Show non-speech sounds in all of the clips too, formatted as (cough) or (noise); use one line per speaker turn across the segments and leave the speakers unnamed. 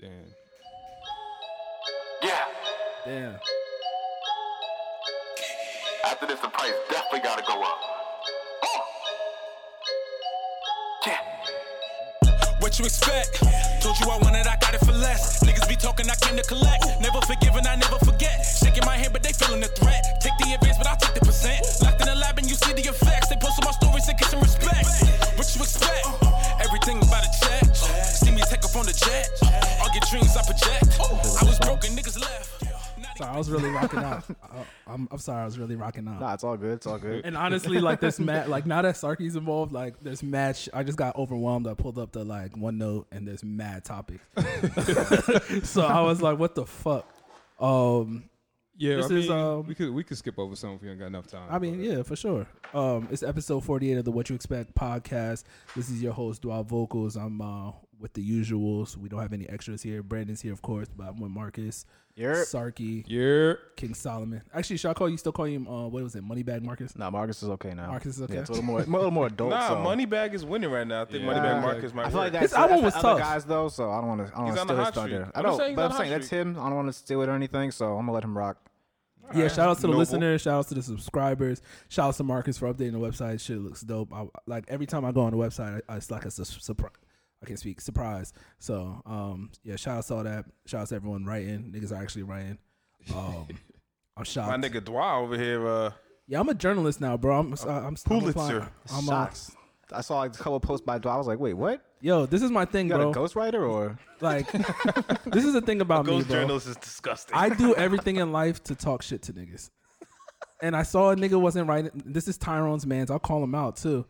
Damn.
Yeah.
Damn.
After this, the price definitely gotta go up. Oh. Yeah.
What you expect? Told you I wanted, I got it for less. Niggas be talking, I came to collect. Never forgiving, I never forget. Shaking my hand, but they feeling the threat. Take the advance, but I take the percent. Locked in the lab and you see the effects. They posted my stories and get some respect. What you expect? Everything about a check. See me take up on the jet. All your dreams I project. I was broken, niggas left. Not
Sorry, I was really rocking out. I, I'm, I'm sorry, I was really rocking out.
Nah, it's all good. It's all good.
And honestly, like
(laughs)
this mat, like now that Sarky's involved, like there's match. I just got overwhelmed. I pulled up the like one note, and there's mad
(laughs)
topics. (laughs) so I was like, "What the fuck?" Um,
Yeah,
This
I mean,
is, um,
we could we could skip over some if we don't got enough time.
I mean,
but-
yeah, for sure. Um, it's episode 48 of the What You Expect podcast. This is your host, Dwal Vocals. I'm uh, with the usuals. We don't have any extras here. Brandon's here, of course, but I'm with Marcus,
Yerp.
Sarky,
Yeah.
King Solomon. Actually, should I call you? Still call him? Uh, what was it? Moneybag Marcus.
Nah, Marcus is okay now.
Marcus is okay.
Yeah, it's a little more, a little more adult.
(laughs) Nah,
so.
um,
Moneybag is winning right now. I think
Yeah.
Moneybag
Uh,
Marcus might.
I feel like that's,
His album
that's
was
the other
tough.
guys though, so I don't want to. I don't want
He's
to
on the
steal his
hot streak.
thunder. I
I'm just
know,
saying he's
but
on
I'm
the
saying
hot
that's
streak.
him. I don't want to steal it or anything, so I'm gonna let him rock.
yeah, shout out to the
Noble.
listeners. Shout out to the subscribers. Shout out to Marcus for updating the website. Shit looks dope. I, like every time I go on the website, I, it's like a surprise. I can't speak surprise. So um, yeah, shout out to all that. Shout out to everyone writing. Niggas are actually writing.
(laughs)
Um, I'm shocked.
My nigga Dwa over here. Uh,
Yeah, I'm a journalist now, bro. I'm I'm, I'm, applying.
Pulitzer.
I'm uh,
Shots. I saw like, a couple posts by Dwa. I was like, wait, what?
yo, this is my thing,
You got
bro.
a ghostwriter or?
(laughs)
Like, this is the thing about me,
Ghost
bro.
journalist is disgusting.
I do everything in life to talk shit to niggas. And I saw a nigga wasn't writing. This is Tyrone's man's. I'll call him out too.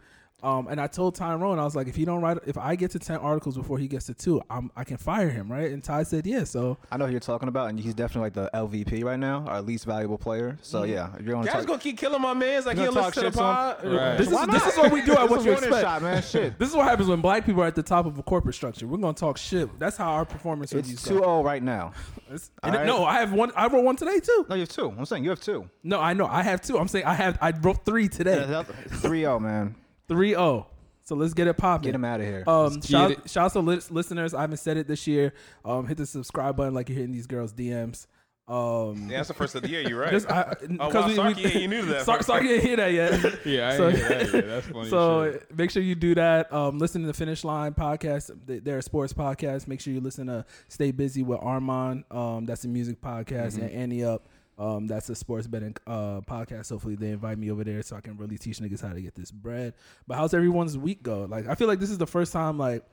Um, and I told Tyrone, I was like, if he don't write, if I get to ten articles before he gets to two, I'm, I can fire him, right? And Ty said, yeah. So
I know who you're talking about, and he's definitely like the LVP right now, our least valuable player. So
Mm-hmm.
yeah, if you're on.
Guys gonna keep killing my man's. Like
You
he'll
gonna
listen to the
talk
pod.
shit to him?
Uh,
this is
Why
this
not?
is what we do
(laughs)
at
It's
what
a
you
warning
expect. (laughs)
shot, man. Shit.
This is what happens when black people are at the top of a corporate structure. We're gonna talk shit. That's how our performance
It's
reviews
two
go.
zero right now.
It's-
all
and it-
right.
No, I have one. I wrote one today too.
No, you have two. I'm saying you have two.
No, I know. I have two. I'm saying I have. I wrote three today.
Three zero, man.
Three zero. So let's get it popping.
Get him out of here.
Um,
get
shout,
it.
shout out to lis- listeners. I haven't said it this year. Um, hit the subscribe button like you're hitting these girls' DMs. Um,
Yeah, that's the first of the year. You're right.
just- I-
oh,
(laughs) 'cause
wow, Sarky ain't knew that.
Sar- Sarky didn't hear that
(laughs)
yet.
Yeah, I
So-
ain't hear that yet. That's funny.
(laughs) so
shit.
make sure you do that. Um, listen to the Finish Line podcast. They- They're a sports podcast. Make sure you listen to Stay Busy with Armand. Um, that's a music podcast,
Mm-hmm.
and Annie Up. Um, that's a sports betting uh, podcast. Hopefully, they invite me over there so I can really teach niggas how to get this bread. But how's everyone's week go? Like, I feel like this is the first time like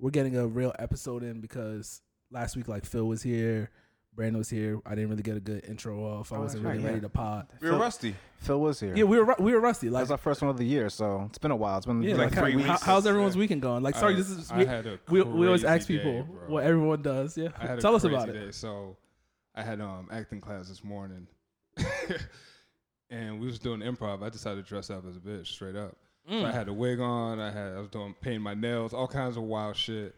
we're getting a real episode in because last week like Phil was here, Brandon was here. I didn't really get a good intro off. I wasn't
Oh, right,
really
yeah.
ready to pod.
we were rusty.
Phil was here.
Yeah, we were ru- we were rusty. Like
That's our first one of the year, so it's been a while. It's been
yeah,
like,
like,
three
how-
weeks.
how- how's everyone's weekend going? Like, sorry,
I-
this is
I
we,
had a
we, we always ask
crazy day,
people
bro.
what everyone does. Yeah,
I had a
tell us
crazy
about it.
day. So I had um acting class this morning, (laughs) and we was doing improv. I decided to dress up as a bitch, straight up.
Mm.
So I had a wig on. I had I was doing painting my nails, all kinds of wild shit,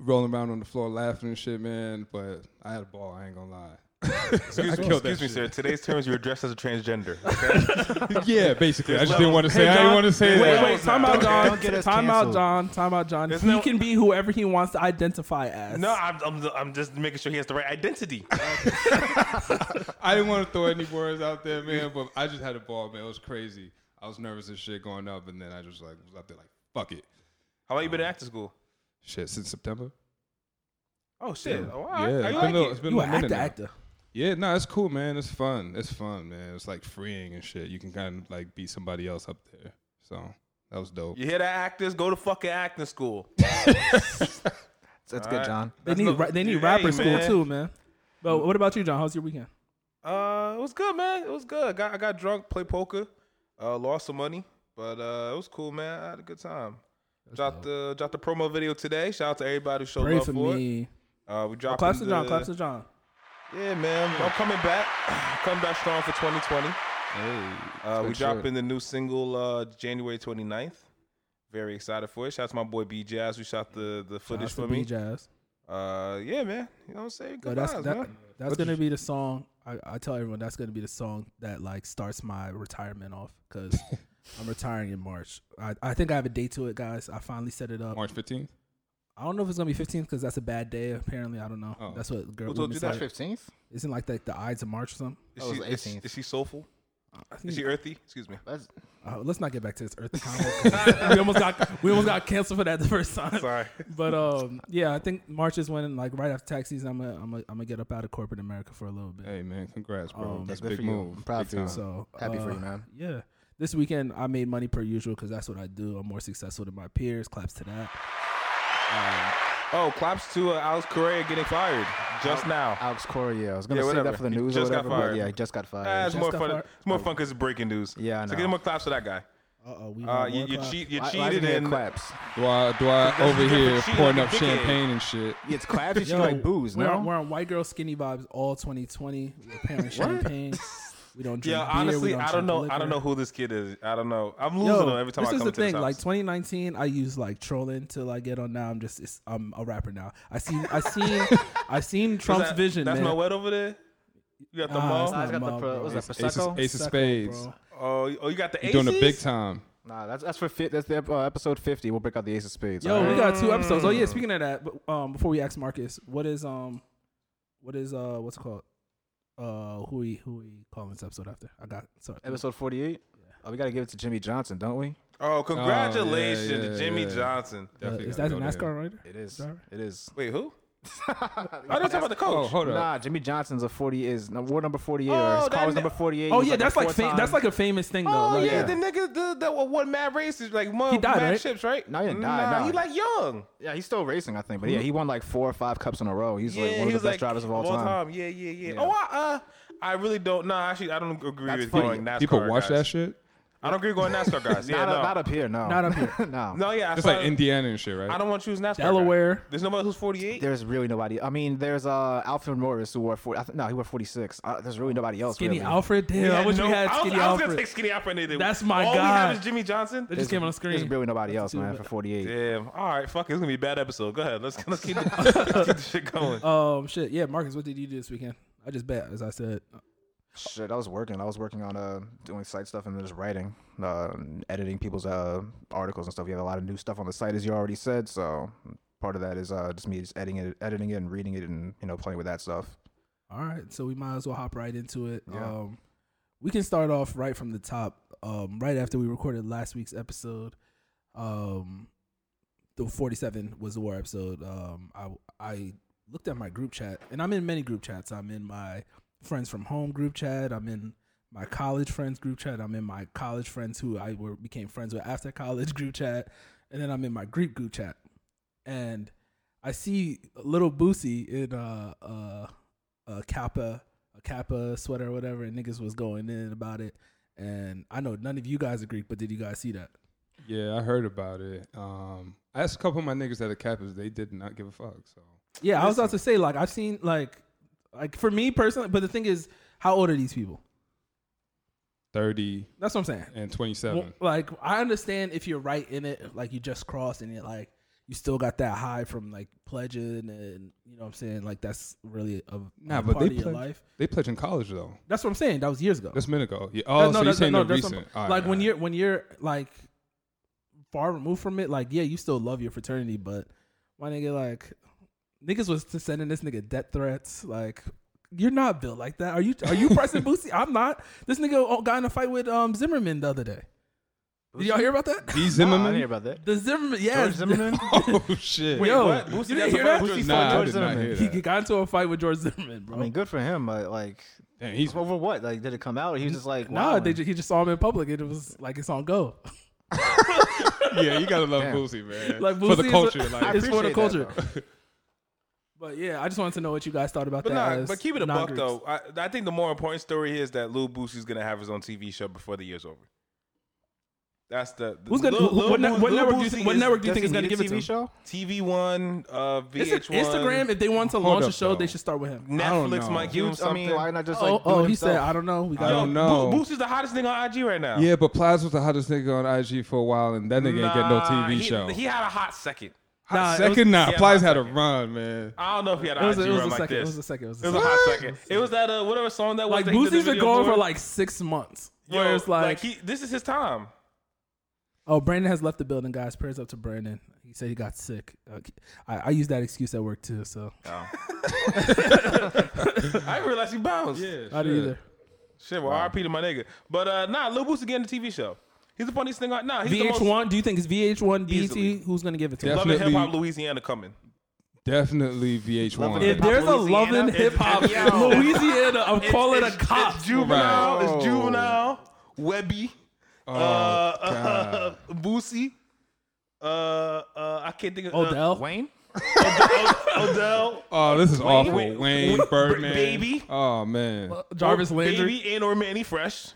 rolling around on the floor laughing and shit, man. But I had a ball. I ain't gonna lie. (laughs) I
Excuse me,
killed that
excuse me sir.
shit.
Today's terms, you're dressed as a transgender. Okay?
(laughs) yeah, basically. I just
There's
didn't want to say.
Hey,
I
John,
didn't want to say
wait,
that.
Wait, wait, time out,
Don't-
John.
don't get us
time out,
canceled.
John. Time out, John.
There's
he
no-
can be whoever he wants to identify as.
no, I'm, I'm, I'm just making sure he has the right identity.
I didn't want to throw any words out there, man. But I just had a ball, man. It was crazy. I was nervous as shit going up, and then I just like was up there like, fuck it.
How long you been in acting school?
Shit, since September.
Oh shit! Oh, all
Yeah,
right. How
it's
you
been,
like
a, little-
it?
it's been
you
a
an
minute
actor,
now.
actor.
Yeah, no, it's cool, man. It's fun. It's fun, man. It's like freeing and shit. You can kind of like be somebody else up there. So that was dope.
You hear that actors? Go to fucking acting school.
it's, it's good, John.
They need
no-
ra- they need
Hey,
rapper school
man.
too, man. But what about you, John? How's your weekend?
Uh, it was good, man. It was good. I got I got drunk, played poker, uh, lost some money, but uh, it was cool, man. I had a good time. dropped the dropped the promo video today. Shout out to everybody who showed
Pray
love
for
for, it.
me.
Uh, we dropped.
Claps to John. Claps to John.
Yeah, man. I'm coming back. (clears throat) coming back strong for 2020.
Hey,
Uh, we
good shit.
dropping the new single uh, January 29th. Very excited for it. Shout out to my boy B Jazz who shot the the footage
That's
for
for
me.
Jazz.
Uh, yeah, man. You know what I'm saying?
Yo,
Good
that's
vibes,
that,
man.
that's gonna be the song. I, I tell everyone that's gonna be the song that like starts my retirement off because I'm retiring in March. I, I think I have a date to it, guys. I finally set it up.
March 15th.
I don't know if it's gonna be 15th because that's a bad day. Apparently, I don't know. That's what girl.
Who told
women
you that?
say.
Fifteenth.
Isn't like like the Ides of March or something.
Is,
That was
she,
the
is, she-
18th.
is she soulful? Is she earthy? (laughs) Excuse me.
That's
Uh, let's not get back to this Earth combo. we almost got we almost got canceled for that the first time.
Sorry.
(laughs) But um, yeah, I think March is when like right after tax season, I'm gonna I'm gonna, I'm gonna get up out of corporate America for a little bit.
Hey man, congrats, bro.
Um,
That's
good
a big
for you.
move.
I'm proud
Big
for you.
time.
So
happy for
uh,
you, man.
Yeah. This weekend I made money per usual because that's what I do. I'm more successful than my peers. Claps to that.
(laughs) Oh, claps to uh, Alex Correa getting fired just
Oh,
now.
Alex Corey. Yeah, I was gonna
Yeah,
say
whatever.
that for the
He
news
just
or
got
whatever. but
fired.
yeah, he just got
Ah,
fired.
it's more
got
fun.
fired.
It's more fun because it's breaking news.
Yeah, I
So
know.
give him more claps to that guy.
Uh oh, we
Uh,
want
you,
more
you,
claps.
cheat, you
Why- why is
cheated
it
and
claps.
Do I do I over
different
here
shit,
pouring
like
up
a dickhead.
champagne and shit?
Yeah,
(laughs)
it's claps. You should
Yo,
like booze.
We're, on,
No,
we're on white girl skinny vibes all 2020. We're pairing champagne. We don't drink
Yeah,
beer, we
honestly, I don't
drink
know. I
liquor.
don't know who this kid is. I don't know. I'm losing him every time
this
I
is
come
the
into
thing.
this
Like
house.
2019, I use like trolling till I get on. Now I'm just it's, I'm a rapper now. I seen
(laughs)
I seen I seen
Is
(laughs) Trump's
that-
vision.
That's
man.
my wet over there. You got the
Nah,
mall.
it's not
got the
Mom,
pro-
bro.
what was that
Ace of,
prosecco?
Ace of
Suck it,
Spades.
bro.
Oh, oh, you got the
You're doing a
aces?
big time.
Nah, that's that's for fi- that's the ep- uh, episode fifty. We'll break out the ace of spades.
Yo,
all
we
right?
got two episodes. Oh yeah, speaking of that, but, um, before we ask Marcus, what is um, what is uh, what's it called? Uh, who we who we calling this episode after? I got sorry.
episode forty-eight. Oh, we gotta give it to Jimmy Johnson, don't we?
Oh, congratulations,
yeah,
to Jimmy
yeah.
Johnson.
Uh,
Definitely
is that
gotta
a
go there.
NASCAR rider?
It is.
Sorry.
It is.
Wait, who? (laughs) I didn't talk about the
Oh,
coach.
hold up.
Nah, Jimmy Johnson's a forty is no, war number forty eight.
Oh,
or his
that
car was
ni-
number forty eight.
Oh yeah, that's like fam- that's like a famous thing though.
Oh
Like,
yeah, the nigga the, that won mad races like won
He died,
mad
right?
chips, right?
No, he didn't die,
Nah,
no.
he like young.
yeah. He's still racing, I think. But yeah, he won like four or five cups in a row. He's like one of the best drivers of all time.
uh,
Yeah, yeah, yeah, Oh, I, uh, I really don't. Nah, actually, I don't agree with
funny.
going NASCAR.
People watch
guys.
that shit.
I don't agree going NASCAR guys. Yeah,
not,
no.
up- not up here, no.
Not up here.
(laughs) no.
no, yeah,
It's
that's
like Indiana and shit, right?
I don't want to choose NASCAR. guy.
Delaware.
There's nobody who's 48.
There's really nobody. I mean, there's uh Alfred Morris who wore 40. I th- no, he wore 46. Uh, there's really nobody else.
Skinny
really.
Alfred. Damn,
We
I
had
wish
no-
we had
I was,
Skinny
I was
Alfred.
gonna take Skinny Alfred. and they-
That's my
All
guy.
we have is Jimmy Johnson.
It just came on the
There's
screen.
really nobody else, man, for 48.
Damn. All right. Fuck. It's gonna be a bad episode. Go ahead. Let's let's keep, let's keep the shit going.
Um, shit. Yeah, Marcus, what did you do this weekend? I just bet, as I said.
Shit, I was working. I was working on uh doing site stuff and then just writing, uh, editing people's uh articles and stuff. We have a lot of new stuff on the site, as you already said. So part of that is uh just me just editing it, editing it, and reading it, and you know playing with that stuff.
All right, so we might as well hop right into it.
Yeah.
Um, we can start off right from the top. Um, right after we recorded last week's episode, um, the forty-seven was the war episode. Um, I I looked at my group chat, and I'm in many group chats. I'm in my friends from home group chat. I'm in my college friends group chat. I'm in my college friends who I were became friends with after (laughs) college group chat, and then I'm in my Greek group chat, and I see little Boosie in uh uh a kappa a kappa sweater or whatever and niggas was going in about it and i know none of you guys agree but did you guys see that
yeah, I heard about it. Um, I asked a couple of my niggas at the Kappas. They did not give a fuck. So
yeah i was about to say like i've seen like like for me personally but the thing is how old are these people
thirty
that's what i'm saying
and twenty-seven.
Well, like i understand if you're right in it like you just crossed and it like you still got that high from like pledging and you know what i'm saying like that's really a,
nah,
a
but they
part of your
pledge,
life
they pledge in college though.
that's what i'm saying that was years ago
That's a minute ago. Yeah. Oh, so you're
that's-
saying no,
that's
recent?
what-
All right,
like when
all
you're when you're like far removed from it, like yeah, you still love your fraternity, but my nigga, like niggas was t- sending this nigga death threats. Like you're not built like that. Are you? Are you pressing Boosie? I'm not. This nigga o- got in a fight with um Zimmerman the other day. Did y'all hear about that?
D
I didn't
Zimmerman. (laughs)
hear about that.
(laughs) The Zimmerman, yeah,
George Zimmerman?
oh shit.
(laughs) Yo,
what?
you
Boosie
didn't
got
hear
some
that?
Boosie
nah, I
George
did not
Zimmerman.
hear
He
that.
got into a fight with George Zimmerman, bro.
I mean, good for him, but like,
Damn,
(laughs)
he's
over what? Like, did it come out? He was just like,
nah,
wilding.
they ju- he just saw him in public and it was like it's on go.
yeah. You gotta love
Damn.
Boosie, man.
like
for
Boosie
the
is-
culture, like
it's for the
appreciate that,
culture.
though.
But yeah, I just wanted to know what you guys thought about
But
that.
nah,
as
but keep it a buck
non-Greeks.
though. I, I think the more important story here is that Lil Boosie's gonna have his own TV show before the year's over. That's the, the
Who's gonna-
Lil-
who-
Lil
what ne-
Boo-
what
Lil
network do you
Boosie
think- what
is
network do you
Does
think
he
is gonna
need a
give it to
TV
him?
show?
TV One, uh,
It's
VH1,
Instagram. If they want to launch a
up,
show, they
though.
should start with him.
don't
Netflix
know.
might give him
I
something.
mean, why not just like?
oh,
do
oh
it
he said,
himself?
I don't know. We got.
I don't know.
Bo- Boosie's the hottest nigga on IG right now.
yeah, but Plaz was the hottest nigga on IG for a while, and that nigga ain't get no
Nah,
TV
he-
show.
He had a hot second.
Nah, it was-
second, nah,
yeah,
Plaz
my
had a run, man.
I don't know if he had an
It was,
IG
it was
run
a
like
second. It
this.
was a second. It was
It
a
was a
second.
hot second. It was that uh, whatever song that was.
Like
that he did the
Boosie's been
video
going for
for
like six months.
Yo,
where it's like,
he, this is his time.
oh, Brandon has left the building, guys. Prayers up to Brandon. He He said he got sick. Uh, I, I use that excuse at work too, so
I didn't realize he bounced. Yeah.
I do either.
Shit, well, RP to my nigga. But uh, nah, Lil Boosie getting the TV show. He's the funniest thing. I- Nah, he's the most.
VH1, do you think it's VH1, BT?
Easily.
Who's gonna give it to
Yeah.
him?
Love and Hip
Definitely-
Hop Louisiana coming.
Definitely
Love
VH1.
it.
If there's a
Louisiana,
loving
it's-
hip hop
it's-
Louisiana, I'm calling
it's,
a cop.
It's juvenile.
Right.
It's juvenile. Webby.
Oh,
uh,
God.
(laughs) Boosie. Uh, uh, I can't think of
Odell?
Wayne?
Uh, Odell.
Oh, this is awful.
Wayne-
Wayne,
Wayne-
Birdman.
Baby.
Oh man.
(laughs) Jarvis Landry.
Oh, Baby and or Manny Fresh.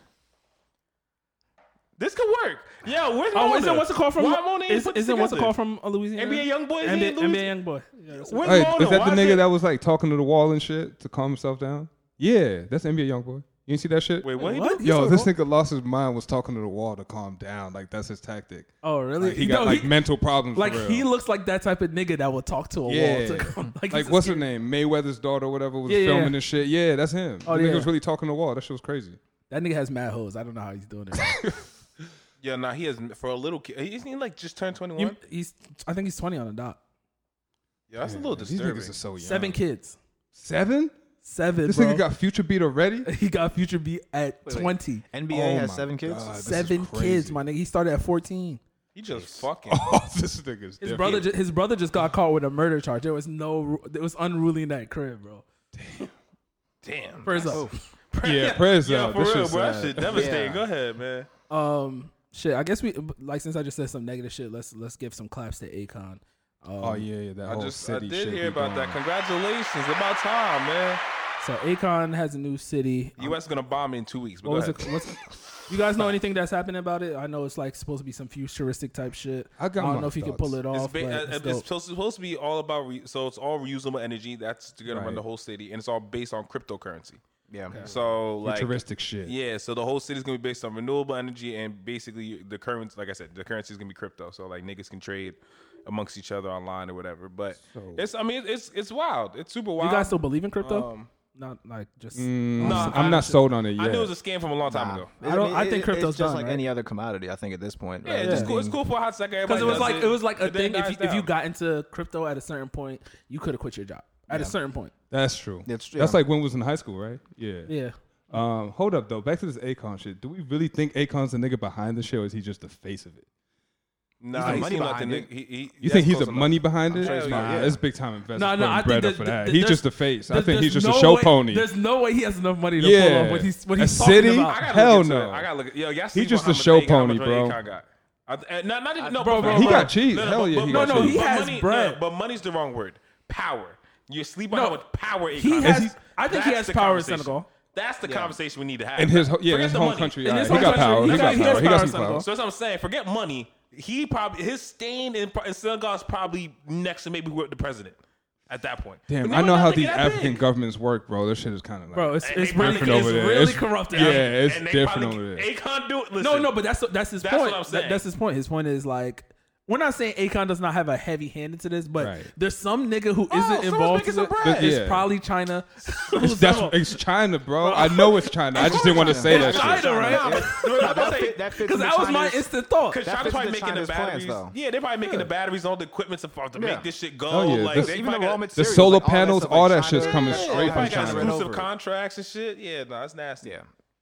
This could work. Yeah, where's
Oh,
Mona?
isn't what's it called from?
Why Mona ain't
Is,
put this
isn't what's it
together?
called from uh, Louisiana?
NBA Young Boy? Is he
NBA,
in Louis-
NBA Young Boy. Yeah, that's it.
Where's
Hey,
Mona?
is that
Why
the nigga
it-
that was like talking to the wall and shit to calm himself down? Yeah, that's NBA young boy. You ain't see that shit?
Wait, what? he
What?
do?
Yo, this nigga lost his mind. Was talking to the wall to calm down. Like that's his tactic.
Oh, really?
Like, he got
No,
like
he-
mental problems. for
Like
real.
he looks like that type of nigga that would talk to a
Yeah.
wall. To come, (laughs) like,
like
this
what's
is-
her name? Mayweather's daughter, or whatever, was
Yeah, yeah.
filming this shit. Yeah, that's him.
Oh,
Oh, the nigga
yeah.
was really talking to the wall. That shit was crazy.
that nigga has mad hoes. I don't know how he's doing it.
Yeah, nah, he is for a little kid. Isn't he like just turned twenty
You-
one?
he's, I think he's twenty on the dot.
Yeah, that's a little
These
disturbing.
niggas are so young.
Seven kids.
Seven?
Seven.
This
bro.
nigga got future beat already.
(laughs) he got future beat at twenty.
NBA
Oh
has
my
seven kids?
God, this is
Seven kids,
crazy.
my nigga. He started at fourteen.
He just fucking.
(laughs) Oh, this nigga's
His
different.
brother, ju- his brother just got caught with a murder charge. There was no, it was unruly in that crib, bro. Oh.
Damn.
First up, (laughs)
Yeah, prayers
Yeah,
up.
for
This
real,
shit's
bro. That
sad.
shit devastating.
Yeah.
Go ahead, man.
um, shit. I guess we like since I just said some negative shit. Let's let's give some claps to Akon. Um,
Oh yeah, yeah. That
I
whole
just I
city
did
shit
hear
he
about that.
doing.
Congratulations. About time, man.
So Akon has a new city.
US gonna bomb in two weeks. But
What was
go
it?
ahead.
What's, you guys know anything that's happening about it? I know it's like supposed to be some futuristic type shit.
I got
don't
my
know if you can
thoughts.
pull it off.
It's, ba-
but
uh,
it's
it's,
dope.
supposed, supposed to be all about re- so it's all reusable energy. That's gonna run
Right.
the whole city, and it's all based on cryptocurrency.
Yeah.
So like
Futuristic shit.
Yeah, so the whole city's gonna be based on renewable energy, and basically the currency, like I said, the currency is gonna be crypto. So like niggas can trade amongst each other online or whatever. But it's, I mean, it's it's wild. It's super wild.
you guys still believe in crypto?
Um,
Not like just.
Mm,
Nah,
I'm not sold on it yet.
I knew it was a scam from a long time ago.
I don't- I think crypto's
it's just
done,
like
right?
any other commodity. I think at this point,
Yeah,
rather
it's
than
cool. It's
being-
cool for a hot second.
Because it was like
everybody
it was like a
does
thing.
but then
If you,
dies
if you
down.
got into crypto at a certain point, you could have quit your job at a certain point.
That's true.
It's-
That's
yeah.
like when we was in high school, right? Yeah.
Yeah.
Um, hold up though. Back to this Akon shit. Do we really think Akon's the nigga behind the shit, or is he just the face of it?
Nah,
the
he
money
seemed like the
behind
nigga.
it.
He, he,
You
that's
think he's
close
the
enough.
money behind it?
sure he's
nah,
not, yeah.
it's big time investment.
No, no, I
bread
think
up
that,
for that.
th-
he's
there's-
just the face. I
there's-
think he's
there's
just a
no
show
way-
pony.
There's no way he has enough money to pull
Yeah.
off what he's what
A
he's talking
city?
I
about.
gotta
Hell
look into
no.
it. I gotta look. Yo, y'all see
He's just
how
a
much
show
Akon- how
pony,
much
bro.
Akon got. I, th- uh, not, not even, no,
Bro,
but-
bro, He bro. got
cheese. Hell
but-
yeah, he
but-
got cheese.
no, no, he
But
has
money-
bread.
no.
but money's the wrong word. Power. You sleep on
No.
how much power Akon
He
has.
has- I think he has
That's the
power in
conversation.
Senegal.
That's the conversation we need to have.
in his ho- yeah, in
Forget
his
the
home
money.
country.
In
all
his
right. He
home
got
country,
power.
he
He
got-
got
he has
power. He got
power,
some power.
Senegal.
So that's what I'm saying. Forget money. He probably his stand in, in Senegal is probably next to maybe with the president at that point. But
Damn,
they
I
might
know
not
how
think it
these
that
African
big.
governments work, bro. This shit is kind of like
Bro, it's,
Hey,
it's
hey,
really,
African
different
it's
over there.
really
It's-
corrupt.
Yeah,
Africa.
it's
And they
different
probably-
over there.
Akon do it. Listen,
No, no, but that's that's his
That's
point.
what I'm
That-
saying.
that's his point. His point is like we're not saying Akon does not have a heavy hand into this, but
Right.
there's some nigga who
someone's
not involved.
making
in
some
it.
bread.
It's
Yeah.
probably China. (laughs)
It's, (laughs) that's, it's China, bro. I know it's China. I just didn't want to say
It's
that shit.
China,
Nah,
right?
but- (laughs) no, no, but
That
they-
fit- that fits
Because
into
that was my
China's-
instant thought.
Cause
That
China's
fits
probably
into
making the
China's plans,
batteries.
though.
yeah, they're probably making the batteries on the equipment to, to
Yeah.
make this shit go.
Oh, yeah,
Like
this-
they
even the
probably
raw
got-
The
materials,
solar
like,
panels,
stuff,
all
like,
that
China-
shit's coming
Yeah,
straight
yeah,
from
Probably
yeah.
China.
got
Ran over
exclusive
it.
contracts and shit. Yeah, no, it's nasty.
Yeah,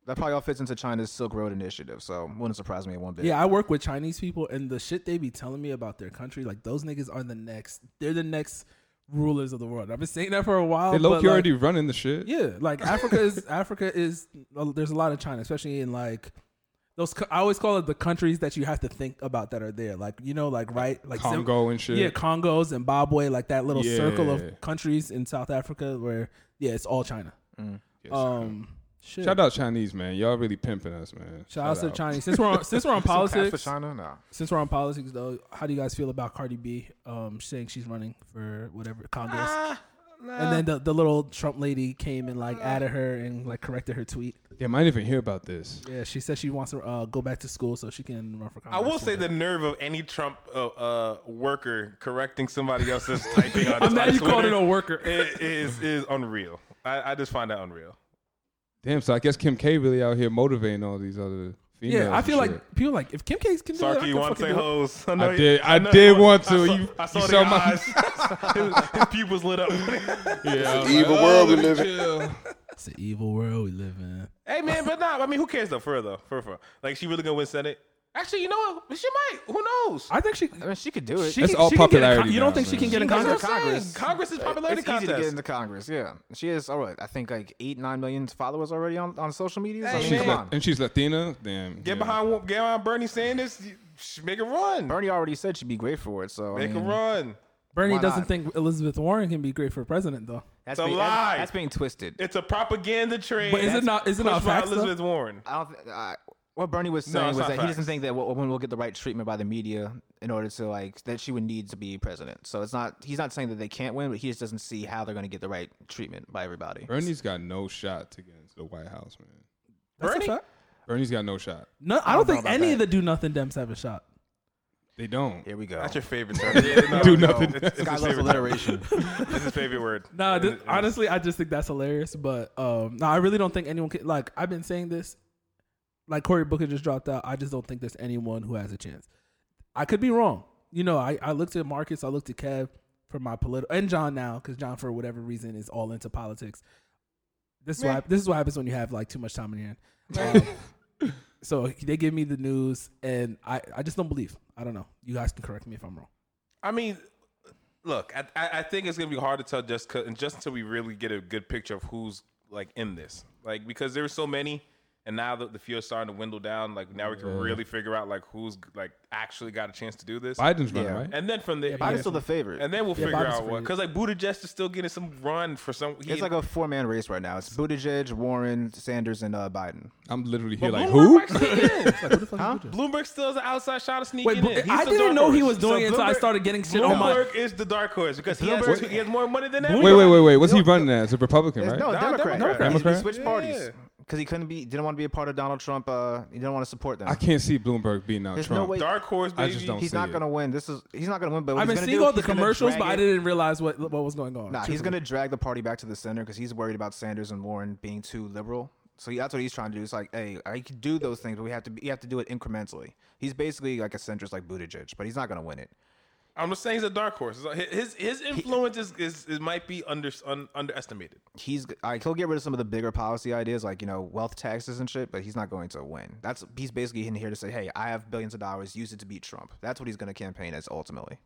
that probably all fits into China's Silk Road initiative. So wouldn't surprise me one bit.
Yeah, I work with Chinese people, and the shit they be telling me about their country, like those niggas are the next. They're the next rulers of the world. I've been saying that for a while.
They
but,
low key
like,
already running the shit.
Yeah, like
(laughs)
Africa is Africa is there's a lot of China, especially in like those. co- I always call it the countries that you have to think about that are there. Like you know, like right, like Zim-
Congo and shit.
Yeah, Congo, Zimbabwe, like that little circle
Yeah.
of countries in South Africa where yeah, it's all China. um, shit.
Mm. Shout out Chinese man, y'all really pimping us, man.
Shout out to the Chinese. Since we're on, since
(laughs)
we're on
Pass for
politics,
China, no.
since we're on politics though, how do you guys feel about Cardi B um, saying she's running for whatever Congress? And then the, the little Trump lady came and like added her and like corrected her tweet.
Damn, I didn't even hear about this.
Yeah, she said she wants to uh, go back to school so she can run for
I
Congress.
will
(laughs)
say the nerve of any Trump uh, uh, worker correcting somebody else's
(laughs)
typing on his on Twitter
worker.
i- is is unreal. I, I just find that unreal.
Damn, so I guess Kim K really out here motivating all these other females.
Yeah, I
and
feel
shit.
like people like if Kim K can do it, I
Sarky,
can
you want to
fucking
say
do it.
hoes? know
I
you-
did. I
know-
did want
I
to.
saw,
you,
I saw
you
their
my-
eyes. (laughs) his, his pupils lit up.
(laughs) Yeah, I was
Evil
like,
world
oh, let me
we live in.
chill.
It's an evil world we live in.
hey man, but nah. I mean, who cares though? For her though, for her, for her. Like she really gonna win Senate? Actually, you know what? She might. Who knows?
I think she.
I mean, she could do it.
she
That's
can-
all
she can get in con-
popularity
you don't
now,
think she
man.
can get in
That's what I'm
Congress?
saying. Congress. is popularity
it's easy to get
contest.
into Congress, yeah. She has, all right, I think like eight, nine million followers already on, on social media. so,
Hey,
I mean,
She's
man.
come
La-
on.
and she's Latina. Damn.
Get
yeah.
behind, get behind Bernie Sanders. you- sh- Make a run.
Bernie already said she'd be great for it, so I
Make a
mean,
run.
Bernie
Why
doesn't
not?
think Elizabeth Warren can be great for president though.
That's
It's a
being,
lie.
That's, that's being twisted.
It's a propaganda trade.
But is it not? Is it not
pushed by
facts? though?
Elizabeth Warren.
I don't. Th- I, what Bernie was
No,
saying
it's
was
not
that he doesn't
facts.
think that wo- a woman will get the right treatment by the media in order to like that she would need to be president. So it's not. He's not saying that they can't win, but he just doesn't see how they're going to get the right treatment by everybody.
Bernie's got no shot to get into the White House, man.
That's a
Bernie?
fact.
Bernie's got no shot.
No, I don't, think any of the do nothing Dems have a shot.
They don't.
Here we go.
That's your favorite term.
Do nothing.
It's, it's
Guy
his
loves
favorite term. (laughs)
alliteration.
It's his favorite word.
No, th- honestly, I just think that's hilarious. But um, no, I really don't think anyone can. Like, I've been saying this. Like Cory Booker just dropped out. I just don't think there's anyone who has a chance. I could be wrong. You know, I, I looked at Marcus, I looked at Kev for my political, and John now because John for whatever reason is all into politics. This is why this is what happens when you have like too much time in your hand. Um, (laughs) so they give me the news, and I I just don't believe. I don't know. You guys can correct me if I'm wrong.
I mean, look, I, I I think it's gonna be hard to tell just 'cause- and just until we really get a good picture of who's like in this, like because there's so many, and now that the few are starting to dwindle down, like now we can really figure out like who's like actually got a chance to do this,
Biden's running,
Yeah.
right?
and then from there,
Biden's still the favorite.
and then we'll
Yeah,
figure
Biden's
out what
free.
because like Buttigieg is still getting some run for some. He,
it's like a four man race right now. It's Buttigieg, Warren, Sanders, and uh, Biden.
I'm literally here like,
Bloomberg
who?
might sneak in.
Like, who the fuck is Buttigieg?
Bloomberg still has an outside shot of sneaking
Wait, but
in. He's
I
the
didn't
dark
know he
horse.
was doing it until I started getting shit on my.
Bloomberg is the dark horse because he has,
Bloomberg-
he has more money than
Wait,
everybody.
wait, wait, wait. What's he running as? A Republican,
It's-
right?
No, Democrat.
Democrat. Democrat.
He-
Democrat?
He switched parties
Yeah.
because he couldn't be. Didn't want to be a part of Donald Trump. Uh, he didn't want to support them.
I can't see Bloomberg beating out
There's no
Trump.
way-
Dark horse,
I
baby.
just don't
he's
see
not
it.
going to win. This is. He's not going to win. But what
I've
he's
been
gonna
seeing
do,
all the
he's gonna
commercials,
drag
but I
it-
didn't realize what what was going on.
Nah, he's
truthfully.
going to drag the party back to the center because he's worried about Sanders and Warren being too liberal. So he- that's what he's trying to do. It's like, hey, I can do those things, but we have to. Be, you have to do it incrementally. He's basically like a centrist, like Buttigieg, but he's not going to win it.
I'm just saying he's a dark horse. So His his influence is, is, is might be under un, underestimated.
He's like he'll get rid of some of the bigger policy ideas, like you know wealth taxes and shit, but he's not going to win. That's he's basically in here to say, hey, I have billions of dollars, use it to beat Trump. That's what he's going to campaign as ultimately.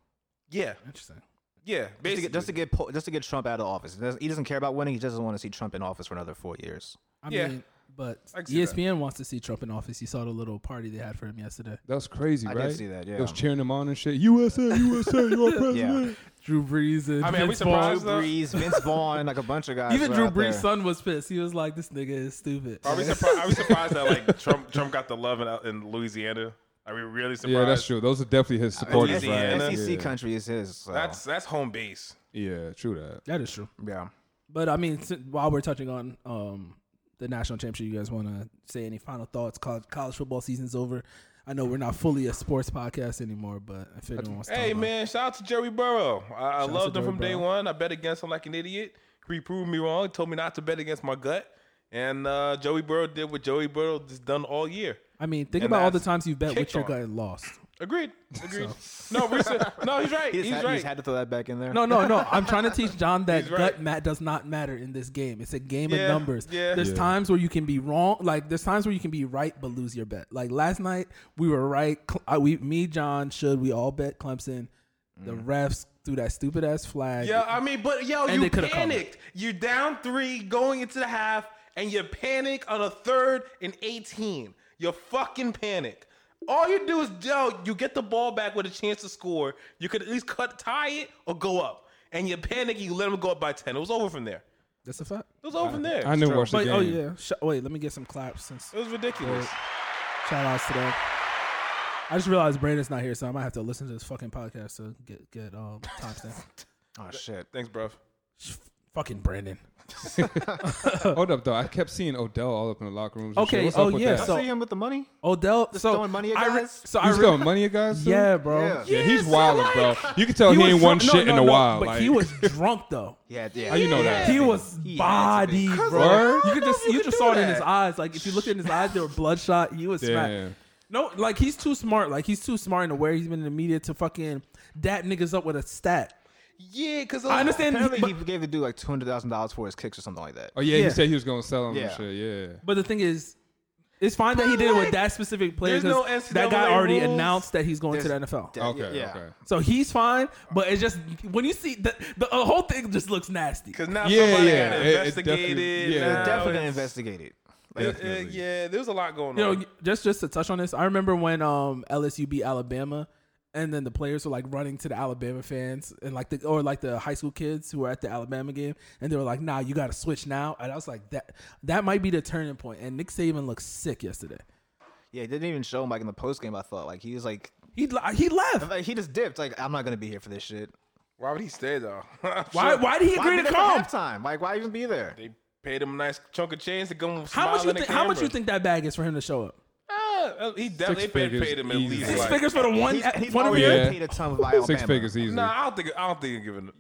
Yeah,
Interesting.
yeah.
Just to,
Basically,
get, just to get po- just to get Trump out of office. He doesn't, he doesn't care about winning. He just doesn't want to see Trump in office for another four years.
I
Yeah.
mean, but E
I can see that.
ESPN wants to see Trump in office. You saw the little party they had for him yesterday.
That was crazy,
I
right?
did see that,
They was
yeah.
cheering him on and shit. USA, USA,
(laughs)
you are president.
Drew Brees and
I mean, are we
Vince
surprised,
Vaughn.
though?
Brees, Vince Vaughn, like a bunch of guys.
Even
were
Drew
out there.
Brees' son was pissed. He was like, "This nigga is stupid."
(laughs) are we surprised? Are we surprised that (laughs) like Trump Trump got the love in, uh, in Louisiana? Are we really surprised?
Yeah, that's true. Those are definitely his supporters,
E
Louisiana.
right?
Louisiana.
SEC
yeah.
country is his. So.
That's that's home base.
Yeah, true that.
That is true.
yeah.
But I mean, si- while we're touching on um, the national championship, you guys want to say any final thoughts? College, college football season's over. I know we're not fully a sports podcast anymore, but if anyone wants to,
Hey
talk about-
man, shout out to Jerry Burrow. I, I
to
loved him
Joey
from day
Burrow.
one. I bet against him like an idiot. He proved me wrong. He told me not to bet against my gut. And uh, Joey Burrow did what Joey Burrow has done all year.
I mean, think
And
about all the
that's
times you bet with
kicked
your
on.
guy and lost.
Agreed. Agreed. No, recent, no, he's
(laughs)
right.
He
He's,
just, had, he
right.
just had to throw that back in there.
No, no, no. I'm trying to teach John that
He's right.
gut mat does not matter in this game. It's a game
Yeah,
of numbers.
yeah.
There's
Yeah.
times where you can be wrong. Like there's times where you can be right but lose your bet. Like last night we were right. Cl- I- We, me, John, should we all bet Clemson? The refs threw that stupid ass flag.
Yeah, I mean, but yo,
And they
you
coulda covered.
panicked. You're down three going into the half, and you panic on a third and 18. You fucking panic. All you do is, yo, you get the ball back with a chance to score. You could at least cut, tie it, or go up. And you panic, you let them go up by 10. It was over from there.
That's a fact.
It was over from there.
I never watched the
But
game.
oh yeah, Sh- wait. Let me get some claps. Since
It was ridiculous.
shout outs to them. I just realized Brandon's not here, so I might have to listen to this fucking podcast to get get um timestamp.
Oh shit.
Ah, Thanks, bruv.
Fucking Brandon.
Hold up, though. I kept seeing Odell all up in the locker rooms. and shit.
Okay,
What's
oh,
up with
yeah,
that?
so-
see him with the money.
Odell.
Just
so
throwing money at
I re-
guys?
so I
he's
re-
throwing money at guys. too?
Yeah, bro.
Yeah.
yeah, he's wild, bro. You can tell he, ain't
was
won
drunk-
shit
no,
in
no,
a
no,
while.
But
like-
he
(laughs)
was drunk though.
(laughs) Yeah, yeah.
How you know that?
He was
He had to be.
bodied,
Cause
Word?
bro. You could just you just saw it in his
that.
eyes. Like if you looked in his eyes, they were bloodshot. He was smacked.
Damn.
No, like he's too smart. Like he's too smart and aware. He's been in the media to fucking dap niggas up with a stat.
Yeah, uh, because
I understand,
Apparently,
but,
he gave the dude like two hundred thousand dollars for his kicks or something like that.
Oh yeah,
Yeah.
he said he was gonna sell him and
Yeah.
shit. Yeah.
but the thing is, it's fine that he did it with that specific player
there's no
because
NCAA
that guy already
rules.
announced that he's going to the
There's-
NFL.
Yeah,
Okay.
yeah.
Okay.
So he's fine, but it's just when you see the the uh, whole thing just looks nasty.
Because now
Yeah,
somebody
yeah,
got
it- it
investigated.
definitely- yeah, it
now
They're definitely gonna
it's-
investigate it.
it-
Like,
it- yeah, there was a lot going
You
on.
know, just just to touch on this, I remember when um LSU beat Alabama, and then the players were like running to the Alabama fans and like the or like the high school kids who were at the Alabama game, and they were like, "Nah, you got to switch now." And I was like, "That that might be the turning point." And Nick Saban looked sick yesterday.
yeah, it didn't even show him like in the post game. I thought like he was like,
He li- he left.
like, he just dipped. Like I'm not gonna be here for this shit.
why would he stay though? (laughs) I'm
Why
sure
why did he
Why
agree
be
to
there for
come?
halftime? Like why even be there?
They paid him a nice chunk of change to go.
How much
smile
you
in the
think? How much
camera.
you think that bag is for him to show up?
Ah, he definitely
Six
paid,
figures
paid him at
easy.
least
Six
like.
Figures for the one
He's, he's
one
already
appearance.
year?
paid a ton by Alabama.
Six figures easy.
Nah, I don't think. I don't think he's giving.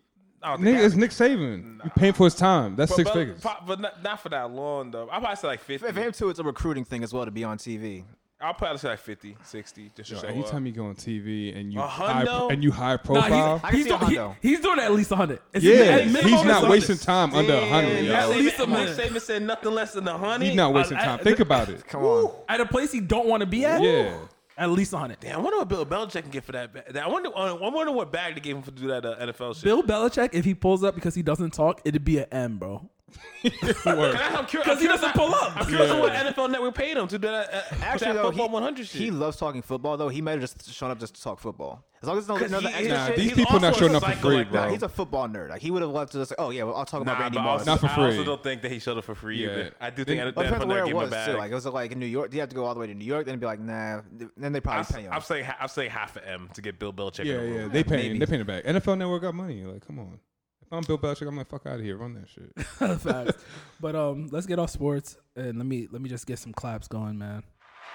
I don't think
Nigga, it's Nick Saban. You paying for his time. That's
But-
six
but,
figures.
But, but not, not for that long though. I probably say like fifty.
For him too, it's a recruiting thing as well to be on TV.
I'll probably say like 50, 60, just to
Yo,
show
anytime
up.
you go on TV and you
A
high,
hundo?
and you high
Nah,
profile,
he's,
I can
he's,
see a
doing, he-
hundo.
he's doing at least 100. It's
yeah,
at minimum
he's
it's
not
100.
wasting time under a hundred.
And
yo.
At
Nick
least a
Saban-
minute.
Nick Saban said nothing less than a hundred.
He's not wasting
I- I-
time. Think about
(laughs)
it.
Come on.
At a place he don't want to be at?
Yeah.
At least 100.
Damn, I wonder what Bill Belichick can get for that. ba- that I wonder. I wonder what bag they gave him for do that uh, NFL shit.
Bill Belichick, if he pulls up because he doesn't talk, it'd be an M, bro. (laughs)
Because I'm curious.
Because he doesn't pull up.
I'm curious what NFL Network paid him to do that. Uh,
Actually,
that
though,
football
he,
100 shit.
he loves talking football. Though he might have just shown up just to talk football. As long as there's no, no other
he-
extra
Nah,
shit.
these
he's
people not
also
showing
a
up for
psycho
free,
like
bro.
that.
Nah, he's a football nerd. Like he would have loved to just like, oh yeah, well, I'll talk about
Nah,
Randy
but
Moss.
also,
Not for
I also
free.
don't think that he showed up for free
Yeah.
either. I do
Didn't-
think I
Well, it
NFL
depends on
Network
where it
gave him a
was too.
bag.
Like it was like in New York. You have to go all the way to New York, then be like, nah. Then they
I
probably
s-
pay him.
I'm saying ha- I'm saying half an M to get Bill Belichick.
Yeah,
in the
yeah.
room.
They paying.
maybe.
They paying it back. NFL Network got money. Like, come on. If I'm Bill Belichick, I'm like, fuck out of here. Run that
(laughs)
shit.
(laughs)
Facts. But um, let's get off sports and let me let me just get some claps going, man.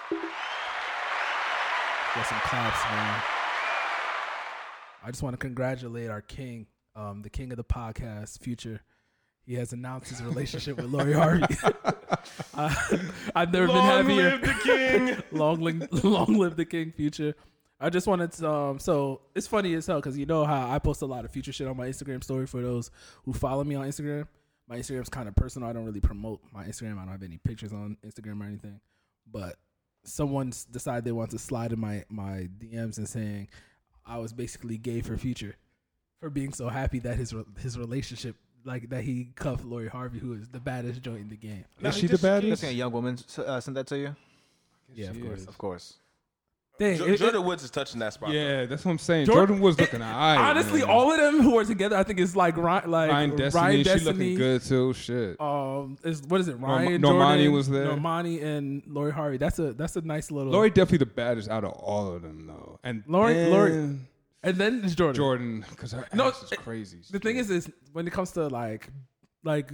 Get some claps, man. I just want to congratulate our king, um, the king of the podcast, Future. He has announced his relationship with Lori
(laughs)
Harvey. (laughs) I, I've never been
Long
happier.
live the king.
long live, (laughs) long live the king future i just wanted to um so it's funny as hell because you know how i post a lot of future shit on my instagram story for those who follow me on instagram my instagram's kind of personal i don't really promote my instagram i don't have any pictures on instagram or anything but someone's decided they want to slide in my my dms and saying i was basically gay for future for being so happy that his re- his relationship like that he cuffed Lori Harvey, who is the baddest joint in the game.
Is she the baddest?
Just a young woman s- uh, sent that to you.
Yeah, of course.
Of course.
Dang,
Jo-
it- it-
Jordan Woods is touching that spot.
Yeah, that's what I'm saying.
Jor-
Jordan
(laughs)
was looking
it-
alright.
Honestly,
man.
all of them who are together, I think it's like Ryan, like
Ryan Destiny.
Ryan
She
Destiny.
looking good too. Shit.
Um, is what is it? Ryan
Normani
Jordan,
was there.
Normani and Lori Harvey. That's a that's a nice little.
Lori definitely the baddest out of all of them though. And
Lori-
then
Lori- and then it's Jordan.
Jordan, because her
No,
ass is
it-
crazy.
The thing is, is when it comes to like, like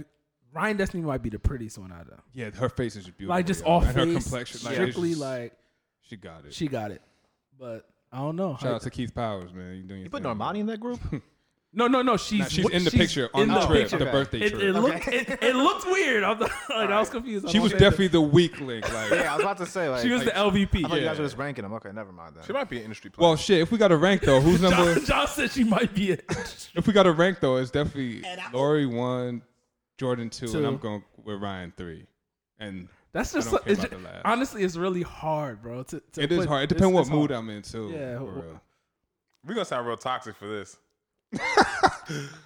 Ryan Destiny might be the prettiest one out of them.
yeah, her face is just beautiful.
Like just
yo,
off
and her
face,
complexion, like, it's
strictly
just-
like
she got it.
she got it. But I don't know.
Shout out to Keith Powers, man. You doing your
You put
thing,
Normani
man.
in that group?
no, no, no. She's
Nah, she's in the picture on
in
the, trip,
picture.
the
Okay.
birthday
It,
trip.
it looked it, it looked weird. I'm like I was confused. I
she
don't
was
think that-
definitely the weak link. Like,
(laughs) yeah, I was about to say like.
she was the LVP.
I thought you guys
Yeah.
were just ranking them. Okay, never mind
She
that.
might be an industry player.
well, shit. If we got to rank though,
(laughs)
who's number?
John, John said she might be it.
if we got to rank though, it's definitely Lori one, Jordan two,
Two.
and I'm going with Ryan three. And
(laughs) That's
I
just,
don't care
it's
about
ju-
the last.
honestly, it's really hard, bro. To, to
it is
put-
hard. It
it's-
depends what
it's
mood
hard.
I'm in too.
Yeah,
for
wh-
real.
We're gonna sound real toxic for this.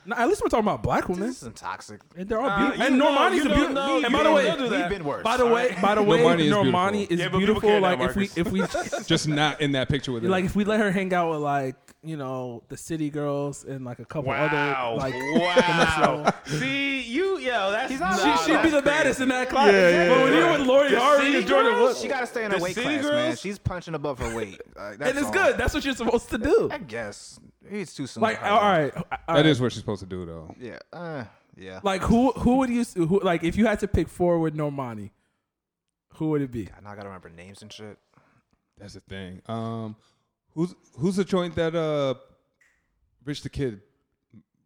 Nah, at least we're talking about black women,
This is toxic.
and they're all
Nah,
beautiful.
uh, you
and
know-
Normani's
you
a
don't
beautiful.
know-
and
you
by the
don't
way,
know that.
We've been worse.
by the way, by the way,
Normani is
Normani
beautiful.
is
Yeah, but people
beautiful.
care now,
like if we
Marcus.
if
(laughs)
we
Just not in that picture with her.
like if we let her hang out with like you know the city girls and like a couple
Wow!
other like (laughs)
wow! See you, yo. That's
He's not-
nah,
She-
she'd be
that's
the
crazy.
baddest in that class.
Yeah, yeah,
but when
yeah.
you're with Lori
The
Harvey
city
and Jordan
girls?
Woods,
She got to stay in her
The
weight
City
class, man.
Girls?
She's punching above her weight. Like, that's
and it's
all.
good. That's what you're supposed to do.
I guess. Maybe it's too soon.
Like
for her,
all
though.
right, all
That
right.
is what she's supposed to do, though.
Yeah. Uh, Yeah.
Like who who would you who, like if you had to pick forward Normani, who would it be?
God, now I gotta remember names and shit.
That's the thing. Um, who's who's the joint that uh, Rich the Kid?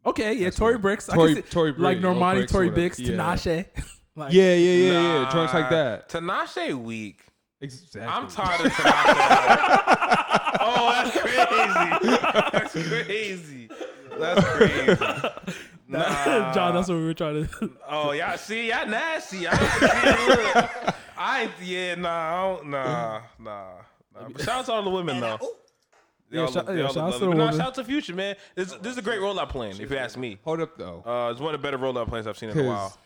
Okay, yeah, Tory Bricks.
Tory-
I can see,
Tory
like
Bricks or
Normani,
Bricks,
Tory
whatever.
Bricks,
Yeah.
Tinashe. (laughs) like,
Yeah, yeah, yeah, yeah. Joints like that.
Tinashe weak.
Exactly.
I'm tired of Tanaka. oh, that's crazy. That's crazy. That's crazy.
(laughs)
Nah.
John, that's what we were trying to. (laughs)
Oh, y'all see, y'all nasty. I, see, look. I ain't- yeah, nah, I don't, nah, nah, nah. But shout out to all the women though. They
Yeah,
all-
shout-
they
yeah,
all
shout out
love
to
it.
the
But nah,
women.
Shout out to Future, man. This, this is a great rollout plan, if you ask me.
Hold up though.
Uh, it's one of the better rollout plans I've seen in a
'Cause
while.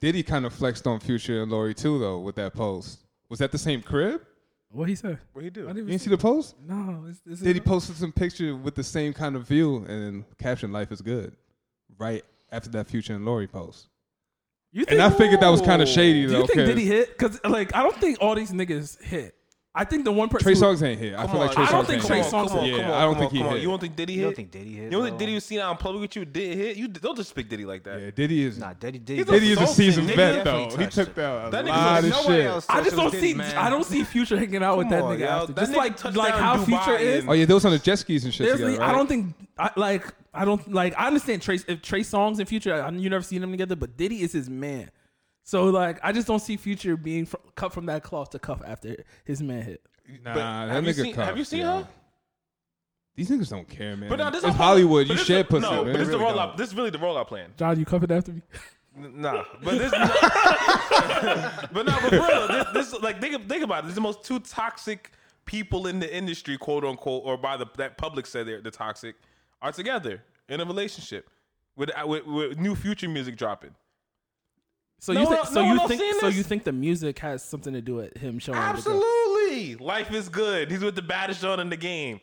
Diddy kind of flexed on Future and Lori too though with that post. Was that the same crib?
What he said?
What he do?
I didn't
You
even
didn't
see.
see the post?
No, it's, it's
Diddy posted some picture with the same kind of view and then caption "Life is good" right after that Future and Lori post.
You
And I figured that was kind of shady
Do
though.
you think
'cause
Diddy hit? Because like I don't think all these niggas hit. I think the one person.
Trey
who-
Songz ain't here. I feel like Trey
I don't
Songz
think
ain't
Trey
here.
come on,
Songz
come on,
Yeah,
come on,
I don't
come
think
on,
he
come on.
hit.
You don't think Diddy hit?
You don't think Diddy hit?
You don't think
though?
Diddy was seen out in public with you? Did hit? You don't disrespect Diddy like that.
Yeah, Diddy is.
Nah, Diddy.
He's a
Diddy is a
Songz
seasoned
nigga.
vet
Definitely
though. He
touched
took
it.
down a
That nigga's
lot
like,
of
nobody
shit.
else
I just
touches
don't
Diddy,
see.
man.
I don't see Future hanging out with
Come
that
on,
nigga
yo.
after.
That
Just
nigga
like
touched
like
down
how
in
Future
Dubai
is.
and-
Oh yeah, those on the jet skis and shit.
There's
together,
the- I
right?
don't think I, like I don't like I understand Trace if Trey Songs and Future I, you never seen them together, but Diddy is his man. So like I just don't see Future being fr- cut from that cloth to cuff after his man hit.
Nah,
But
that
have
nigga
you seen-
cuffed,
have you seen
yeah.
her?
These niggas don't care, man.
But no, this
it's
is-
Hollywood.
but
You
this-
share pussy,
No,
man.
but this is the
Really
rollout.
don't.
This is really the rollout plan.
(laughs)
John, you cuff it after me.
N- Nah, but (laughs) this, but nah, but for real, this, this like think, think about it. This is the most two toxic people in the industry, quote unquote, or by the that public said they're the toxic, are together in a relationship with uh, with, with new future music dropping.
So
No
you
one-
think so
no one
you
else
think
seen
so
this?
you think the music has something to do with him showing? up to cuff?
Absolutely, life is good. He's with the baddest on in the game.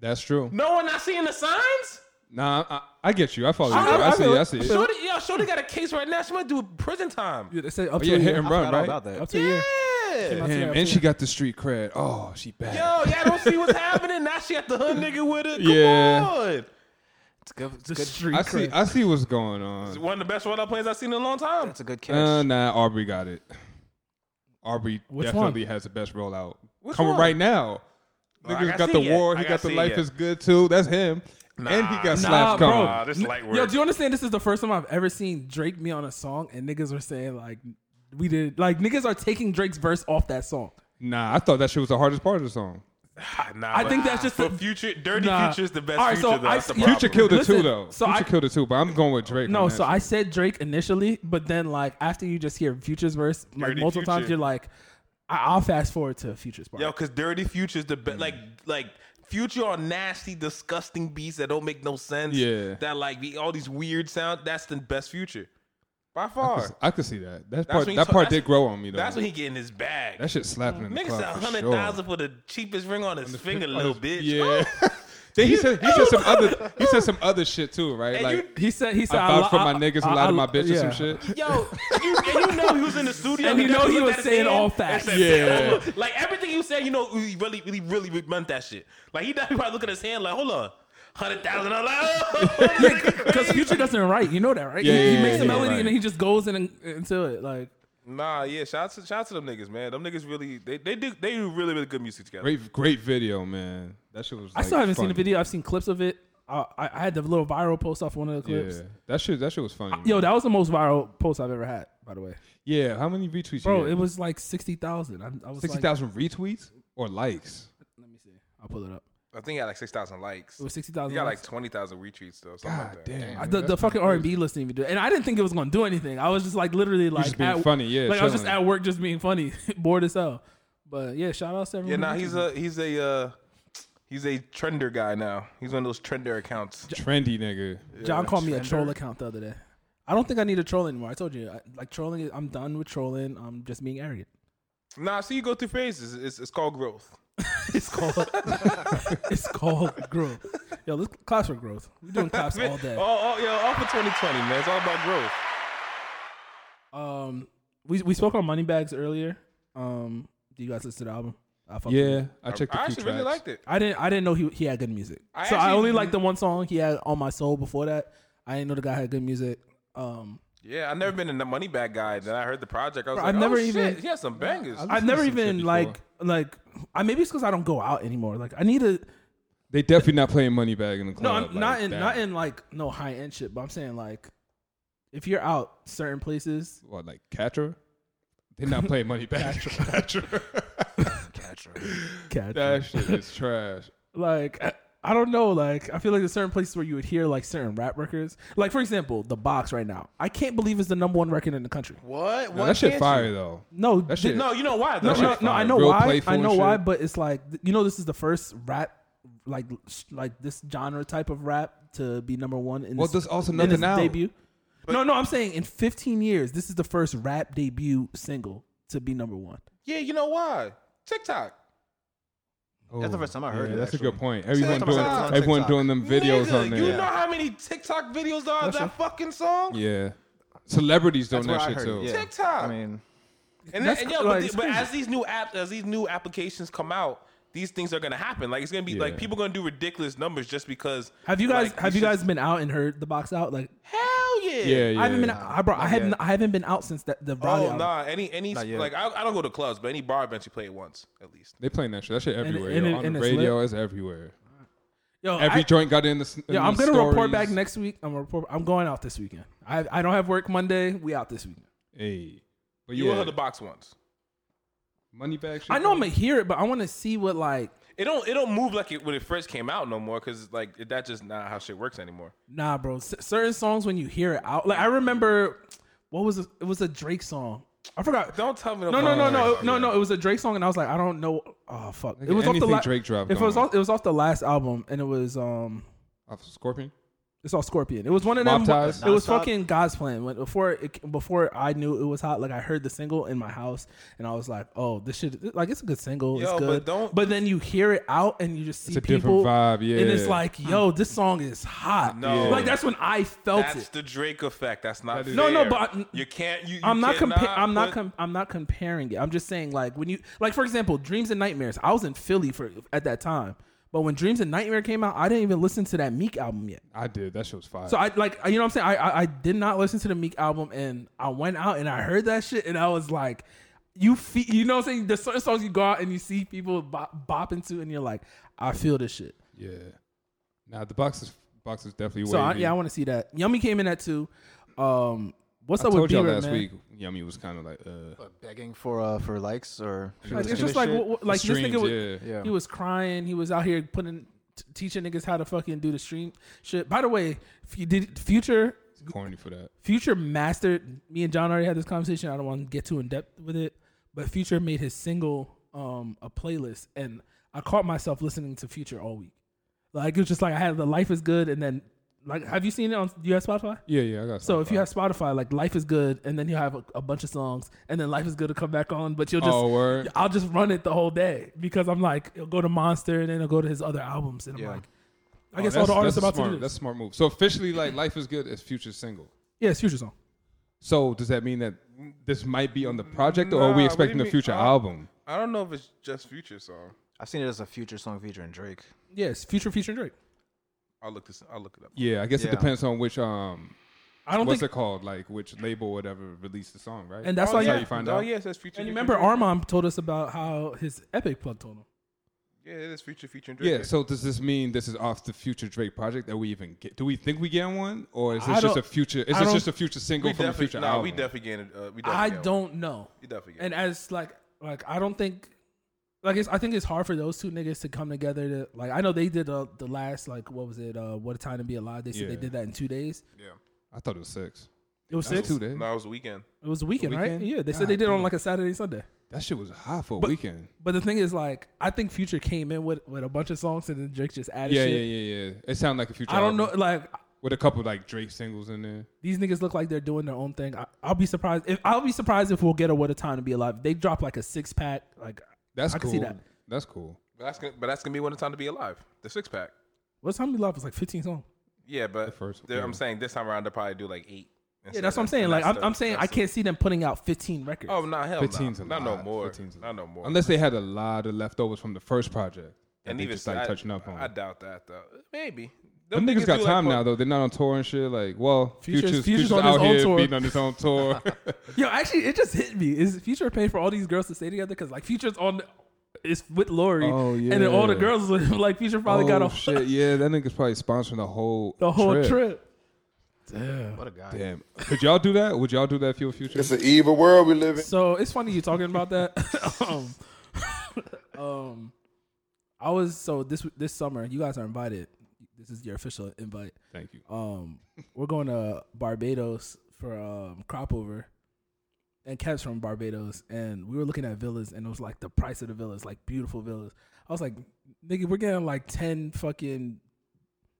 That's true.
No one not seeing the signs.
Nah, I, I get you. I follow you.
I- I
I see.
feel
you,
it.
I see.
I
you.
feel it.
Shorty, yo, Shorty got a case right now. She might do prison time.
Yeah, they say up
Oh,
to
yeah,
a
hit
year.
and
I
run,
forgot all
right?
about that.
Up to a year.
Yeah.
That's
Damn,
what I
and she
feel.
got the street cred. Oh, she bad.
Yo, y'all don't see what's happening. Now she got the hood nigga with her. Come
Yeah.
on.
It's good. It's
The
good.
street
I see.
cred.
I see what's going on.
One of the best rollout plays I've seen in a long time.
That's a good catch.
Uh, nah, Aubrey got it. Aubrey
Which
definitely
one?
has the best rollout
Which
coming
one?
right now.
Well, I
Niggas
got
got
see
the
yet.
war.
I
He
got
got the
see
life
yet.
is good too. That's him. And he got
Nah,
slaps
bro.
coming.
Nah, this
N-
light
Yo,
work.
do you understand? This is the first time I've ever seen Drake me on a song, and niggas were saying like, "We did like niggas are taking Drake's verse off that song."
Nah, I thought that shit was the hardest part of the song.
Nah,
I
but-
think that's just
for
the-
future. Dirty
Nah.
Future is the best
All right, so
future. though.
I-
That's the
Future
problem.
Future killed it too,
Listen,
though.
so
Future
I-
killed it too, but I'm going with Drake.
No,
on
so
that
I
shit.
said Drake initially, but then like after you just hear Future's verse like
Dirty
multiple times,
Future.
you're like, I- I'll fast forward to Future's part.
Yo, because Dirty Future is the best. Like, like Future are nasty, disgusting beats that don't make no sense.
Yeah.
That like be all these weird sounds. That's the best Future by far.
I could see that. That part.
when he
That
ta-
part
that's-
did grow on me though.
That's when he get in his bag.
that shit slapping in the
Nigga
club.
said a
for
hundred
sure.
thousand for the cheapest ring (laughs) on his finger, little bitch.
Yeah. (laughs) then he said he said some other he said some other shit too, right?
And
Like
(laughs)
you-
He said he said
I
lo-
vouch for my niggas,
I-
a lot of
I-
my bitches,
yeah.
some shit.
Yo, you, and you know he was in the studio,
And you
that
know
dude
he
looked
was
at his
saying
hand
all
and
facts.
said,
Yeah.
"Hold on." like everything you said, you know, he really, really, really, meant that shit. Like he definitely probably look at his hand, like, hold on, hundred thousand. I'm like,
Because Future doesn't write, you know that, right?
Yeah,
he, he
yeah,
makes
yeah,
a
yeah,
melody
right.
and then he just goes in and, into it. Like,
nah, yeah. Shout out to shout out to them niggas, man. Them niggas really, they they do they do really really good music together.
Great great video, man. That shit was
I still
like,
haven't seen the
funny.
video. I've seen clips of it. I, I, I had the little viral post off one of the clips.
Yeah. That shit that shit was funny.
Yo,
man.
that was the most viral post I've ever had, by the way.
Yeah, how many retweets
Bro,
you
it was like 60,000. I, I was
sixty
60,000.
thousand retweets or likes.
Let me see. I'll pull it up.
I think he got like six thousand likes.
It was
He
60,000.
got like
likes.
twenty thousand retweets though. Something
God
like that.
damn.
I- the, the fucking R and B list didn't even do it, and I didn't think it was gonna do anything. I was just like literally like
just being
at-
funny, yeah,
Like I was just
chilling.
at work, just being funny, (laughs) bored as hell. But yeah, shout out to
Yeah,
everyone.
nah,
who
he's
did
a he's a uh, he's a trender guy now. He's one of those trender accounts.
trendy nigga.
it. John called me a troll account the other day. I don't think I need a troll anymore. I told you, I, like trolling. is- I'm done with trolling. I'm just being arrogant. (laughs)
Nah, so you go through phases. It's, it's called growth.
It's called (laughs) it's called growth. Yo, let's class for growth. We're doing claps all day.
(laughs) Oh, oh, yo, all for 2020, man. It's all about growth.
Um, we we spoke on money bags earlier. Um, do you guys listen to the album? I fucked with
Yeah,
it.
I checked the
I
few
actually really
tracks.
liked it.
I didn't I didn't know he he had good music.
I
so I
actually-
only liked the one song he had on my soul before that. I didn't know the guy had good music. Um,
Yeah, I've never been in the money bag guy. Then I heard the project. I was
Bro,
like,
I've
oh,
never
shit,
even-
He has some bangers.
I-
I've never
Listen to
even
shit
like like I maybe it's because I don't go out anymore. Like I need to
They definitely not playing money bag in the
no,
club.
I'm
like
not in
that.
not in like no high end shit, but I'm saying like if you're out certain places,
What, like Catra? They're not playing money bag. Catra.
catch
(laughs) that shit is trash.
like (laughs) I, I don't know like i feel like there's certain places where you would hear like certain rap records like for example the box right now i can't believe it's the number one record in the country
what?
No,
Why
that shit
can't
fire
you?
though.
no
That
th-
shit.
No, you know why?
no,
though?
no,
shit's
no i
fire.
know
Real
why
playful
i know
and
why
shit.
but it's like th- you know this is the first rap like sh- like this genre type of rap to be number one in
Well,
this,
there's also
in
nothing
its
out.
debut no no i'm saying in 15 years this is the first rap debut single to be number one
Yeah, you know why? TikTok.
That's the first time I heard
yeah,
it,
That's a
actually.
good point. Everyone
TikTok.
doing
It's on
everyone
TikTok.
doing them videos
Nigga,
on
You
there.
know how many TikTok videos there are of
That's
that
right.
fucking song?
Yeah, celebrities doing
That's where
that
I
shit
heard
too.
it. Yeah.
TikTok.
I mean,
And,
That's
then, and yo,
cr-
but,
like,
the-
it's
but
crazy.
as these new apps, as these new applications come out, these things are gonna happen. Like it's gonna be like
Yeah.
people gonna do ridiculous numbers just because.
have you guys
like,
have you
should-
guys been out and heard the box out like
Hell yeah.
Yeah, yeah.
I haven't been. I, bro, I haven't. I haven't been out since that the Roddy
Oh
album.
nah, any any
Not yet.
like I, I don't go to clubs, but any bar event you play it once at least.
They playing that shit. That shit
it-
everywhere.
and
yo.
it-
on
and
the
it's lit.
radio, it's everywhere.
Yo,
Every
I,
joint got in the. s- in
yo,
the
I'm gonna report back
stories.
next week. I'm gonna report. I'm going out this weekend. I I don't have work Monday. We out this weekend.
Hey, but
You
yeah,
will hear the box once.
money bag. Shit
I know I'm
bro.
gonna hear it, but I want to see what like.
It don't it don't move like it when it first came out no more because like it, that just not how shit works anymore.
Nah, bro. C- certain songs when you hear it out, like I remember, what was it? It was a Drake song. I forgot.
Don't tell me
no, no, no, no, no, no. It was a Drake song, and I was like, I don't know. Oh fuck! it was off the
anything
la-
Drake dropped,
If it was
gone.
off, it was off the last album, and it was um.
Off of Scorpion.
It's all Scorpion. It was one of them.
Mob Ties?
It was
Nonstop?
fucking God's plan. When, before it, before I knew it was hot, like I heard the single in my house, and I was like, "Oh, this shit, like it's a good single.
Yo,
it's
but
good."
don't-
But then you hear it out, and you just see
It's a different
people
vibe, yeah.
And it's like, "Yo, this song is hot."
No.
like that's when I felt
That's
it.
the Drake effect. That's not
That is-
No, no,
fair.
but I-
you can't. You, you
I'm not
cannot
compa- I'm not
put-
com- I'm not comparing it. I'm just saying like when you like for example, Dreams and Nightmares. I was in Philly for at that time, but when Dreams and Nightmare came out, I didn't even listen to that Meek album yet.
I did. That shit was fire.
So I like you know what I'm saying. I, I I did not listen to the Meek album, and I went out and I heard that shit, and I was like, you feel you know what I'm saying. There's certain songs you go out and you see people bop, bopping to, and you're like, I feel this shit.
yeah. Nah, the box is box is definitely.
So I,
wavy.
yeah, I want to see that. Yummy came in at two. Um, what's
I
up with
told y'all
B-Rip,
last
man?
week. Yummy was kind of like, uh,
begging for uh for likes or
Like, it's
listening
just
to
like
shit.
what, what- like
streams,
this nigga was
yeah.
yeah.
he was crying. He was out here putting t- teaching niggas how to fucking do the stream shit. By the way, if you did future
It's corny for that.
Future mastered. Me and John already had this conversation. I don't want to get too in depth with it, but Future made his single um a playlist, and I caught myself listening to Future all week. Like it was just like I had the Life is Good, and then like have you seen it on you have Spotify?
Yeah, yeah, I got.
So if you
Spotify.
have Spotify, like Life is Good, and then you have a, a bunch of songs, and then Life is Good to come back on, but you'll just
Oh, word.
I'll just run it the whole day because I'm like it'll go to Monster, and then it'll go to his other albums, and I'm like, I
Oh,
guess all the
that's-
artists
that's a
about
smart,
to do
That's a
this.
smart move. So officially, like, life is good is future single.
Yeah, it's Future song.
So does that mean that this might be on the project, or are we
Nah, what do
expecting
you
the
mean?
future
Uh,
album?
I don't know if it's just Future song.
I've seen it as a future song featuring Drake.
Yeah, it's Future featuring Drake.
I'll look this. I'll look it up.
Yeah, I guess it
Yeah.
depends on which um,
I don't
what's
think
it called, like which label, or whatever, released the song, right?
And that's why
how
you-
you find
oh,
out.
yeah, it says Future.
And you
featuring
remember
Drake.
Armand told us about how his epic plug told him.
Yeah, it is Future featuring Drake.
Yeah. So does this mean this is off the future Drake project that we even get? Do we think we get one, or is
I
this just
don't-
a future? Is
I
this
don't-
just a future single
we
from a
definitely.
future
nah,
album?
we definitely getting. Uh, we definitely
I
getting
don't know.
You definitely get
And as like like I don't think like it's, I think it's hard for those two niggas to come together to like I know they did uh, the last like what was it uh what a time to be alive they said they
Yeah.
did that in two days
one. Yeah.
I thought it was six.
it was
That's
six
two days.
No, it was a weekend.
it was a weekend, right
weekend?
yeah they said they
God
did it on
damn.
like a Saturday Sunday
That shit was hot for a
But-
weekend.
but the thing is like I think Future came in with with a bunch of songs and then Drake just added
Yeah, yeah,
shit
yeah, yeah. It sounded like a future.
I don't
album
know like
with a couple like Drake singles in there.
these niggas look like they're doing their own thing I, I'll be surprised if I'll be surprised if we'll get a what a time to be alive If they drop like a six pack like
That's
I can
cool.
see that.
That's cool.
But that's gonna. But that's gonna be one of the time to be alive. The six pack.
What's how many love was like 15 songs.
Yeah, but
The first-
there- I'm
yeah.
saying this time around they'll probably do like eight.
Yeah,
instead
that's
of-
what I'm saying.
and
Like
that's
I'm,
the-
I'm saying I
that's the-
can't see them putting out 15 records.
Oh no, hell no,
15's a
not no
lot.
more.
15's a
Not no more.
Unless they had a lot of leftovers from the first project. that
and
they
even
just like
I,
touching up on.
I doubt that though. Maybe
Them niggas got time now though. They're not on tour and shit. Like, well,
Future's-
Future's,
Future's
Future's,
on his
out
own
here
tour.
beating on his own tour.
(laughs)
(laughs)
Yo, actually, it just hit me. Is Future paying for all these girls to stay together? Because like Future's on, is with Lori,
Oh,
and then all the
yeah.
girls (laughs) like Future probably got
oh,
a
(laughs)
shit. Yeah, that nigga's probably sponsoring the whole
the whole trip.
What a guy.
Damn. Would y'all do that? Would y'all do that if you were Future?
It's an evil world we live in.
So it's funny you talking about that. (laughs) um, um, I was so this this summer. You guys are invited. This is your official invite.
Thank you.
Um, we're going to Barbados for um crop over. And Kev's from Barbados, and we were looking at villas, and it was like the price of the villas, like beautiful villas. I was like, nigga, we're getting like ten fucking.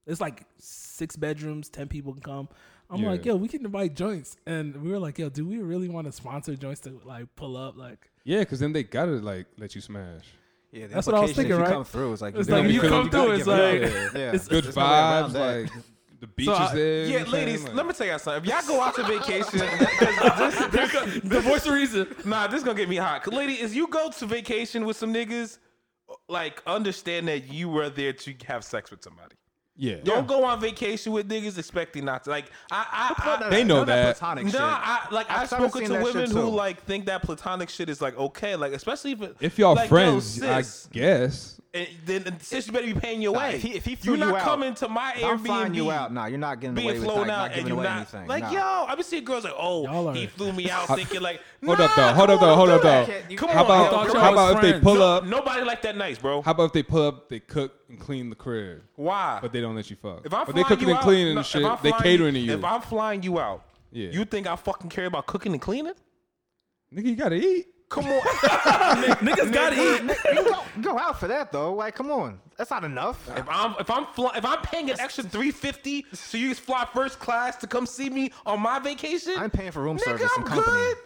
It's like six bedrooms, ten people can come. I'm like,
Yeah.
yo, we can invite joints, and we were like, yo, do we really want to sponsor joints to like pull up? Like,
Yeah, because then they gotta like let you smash.
Yeah, the
That's what I was
implication,
thinking,
If
right?
you come through, it's like
It's
gotta
like,
be
you
good.
come
through,
gotta
it's
get good.
like-
Yeah,
(laughs)
yeah.
it's-
Good
There's no way around
vibes,
that.
like the beach is
I-
there. you
yeah,
know what I'm
ladies,
saying?
let me tell y'all something. If y'all go out to vacation, (laughs) 'cause this- this-
(laughs) the voice of (laughs) reason.
nah, this is gonna get me hot. 'Cause Lady, is you go to vacation with some niggas, like understand that you were there to have sex with somebody.
yeah.
Don't go on vacation with niggas expecting not to. Like I, I, I
They know
None of
that.
platonic
No,
shit.
I like I've,
I've
spoken
seen
to
that shit,
women who
too.
like think that platonic shit is like okay, like especially if it-
If y'all
like, yo,
friends, I
sis,
guess.
and then and sis, you better be paying your
Nah,
way.
if he- if he
you're
threw
not
you out,
coming to my
I'm flying
Airbnb,
you out. Nah, you're not getting away
being
with
flown
like, not
out and
giving
you're
away
not
anything.
like
nah.
yo. I been seeing girls like,
Y'all
oh,
are-
he flew me out thinking like,
Hold up though.
nah,
Hold up
come
though.
on,
Hold up
do
though.
that. Come
How
on, yo,
about
y'all
how
was
about if they
friends.
pull
no-
up?
Nobody like that nice, bro.
How about if they pull up, they cook and clean the crib,
Why?
but they don't let you fuck.
If I'm
but they
flying
cooking
you
and
out-
cleaning
no,
and
if
shit,
I'm
they
flying-
catering to you.
If I'm flying you out,
Yeah.
you think I fucking care about cooking and cleaning?
Nigga, you gotta eat.
Come
(laughs)
on.
Niggas gotta eat.
you don't go out for that though. Like, come on, that's not enough.
If I'm if I'm fly, if I'm paying an extra three fifty, so you fly first class to come see me on my vacation,
I'm paying for room
Nigga,
service
I'm
and company.
good.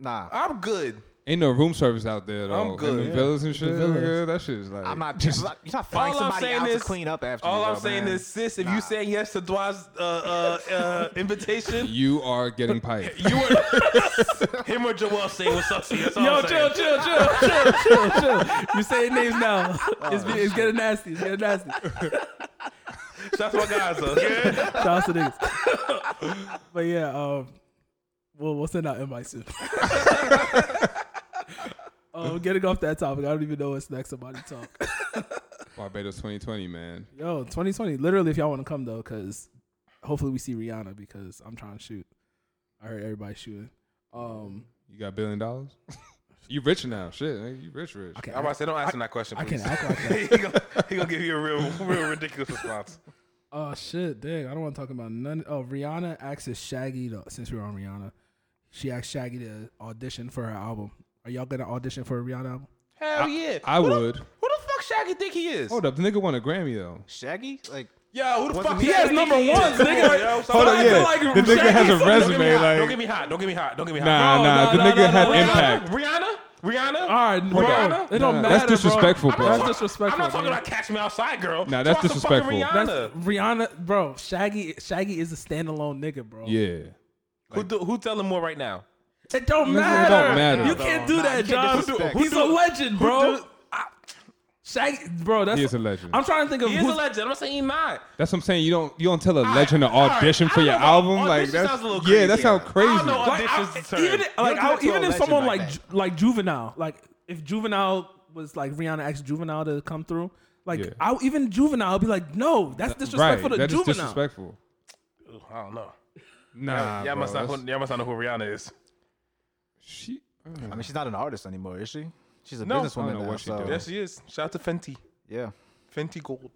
Nah,
I'm good.
Ain't no room service out there though.
I'm
In
good.
the
Yeah.
villas and shit.
villas.
nigga, that shit is like.
I'm not. Just, you're not finding
all I'm
somebody
saying
out
is
to clean up after.
All
you,
I'm
though,
saying
man.
is, sis, if you say yes to Dwa's uh, uh, uh,
(laughs)
invitation,
(laughs) You are getting piped.
(laughs) you were him or Joel say what's up to you. That's all
Yo,
I'm
Oh, chill,
saying.
chill, chill, chill, chill, chill. You saying names (laughs) now. It's, it's getting nasty. It's getting nasty.
That's my guys up. Yeah.
Shout out to niggas. But yeah, um, we'll, we'll send out invites soon. um, getting off that topic, I don't even know what's next about to talk.
Barbados 2020, man.
Yo, 2020. Literally, if y'all want to come though, because hopefully we see Rihanna because I'm trying to shoot. I heard everybody shooting. Um,
You got a billion dollars? (laughs) you rich now. Shit, nigga, you rich, rich.
I
I'm
can't,
about to say, don't ask him that question,
I
please.
can't act like that.
he, gonna, he gonna give you a real, real ridiculous response.
Oh shit, dang! I don't want to talk about none. Oh, Rihanna asks Shaggy to, since we were on Rihanna, she asked Shaggy to audition for her album. Are y'all gonna audition for a Rihanna album?
Hell yeah.
I
Who the-
would.
Who the fuck Shaggy think he is?
Hold up, the nigga won a Grammy though.
Shaggy, like,
Yo, who the
Wasn't
fuck?
he-
Shaggy
He has
think
number
he is?
ones,
Come
nigga.
on, yo.
Hold on,
Somebody
yeah.
like
The nigga has a
Shaggy, don't get me
resume,
hot,
like-
Don't get me hot. Don't get me hot. Don't get me hot.
Nah,
No,
nah,
no,
the
no,
nigga
no,
had
no, no.
impact.
Rihanna? Rihanna?
All right, bro,
Rihanna?
it don't
Nah,
matter.
that's disrespectful,
bro.
bro.
That's
I'm not-
disrespectful.
I'm not talking
bro.
about Catch Me Outside, girl.
Nah, that's
Talk to fucking
disrespectful.
Rihanna.
That's- Rihanna, bro. Shaggy, Shaggy is a standalone nigga, bro.
Yeah.
who, do, who tell him more right now?
It don't matter.
don't matter.
You can't do that, John.
disrespect.
He's a legend, bro.
do-
Shaggy, bro. That's
He is a legend.
I'm trying to think of
He is
who's
a legend. I'm not saying he's not.
That's what I'm saying. You don't you don't tell a legend to audition
I
for
don't
your
know,
album.
audition
Like that's
sounds a little
yeah, that
crazy.
sounds
I
crazy.
don't know
Like, I-
auditions. term.
even like
do
I-
that to a
even if
legend
someone
like
like
that.
Ju- like juvenile, like if juvenile was like Rihanna asked juvenile to come through, like
Yeah.
I even juvenile would be like, no, that's
right,
disrespectful to
that is
juvenile.
disrespectful.
I don't know.
Nah,
y'all,
bro,
must not,
that's-
who- y'all must not know who Rihanna is.
She,
I mean, she's not an artist anymore, is she? She's a
No.
I
businesswoman
don't know
now.
what she
so,
doing.
Yes, she is. Shout out to Fenty.
yeah.
Fenty Gold.
Do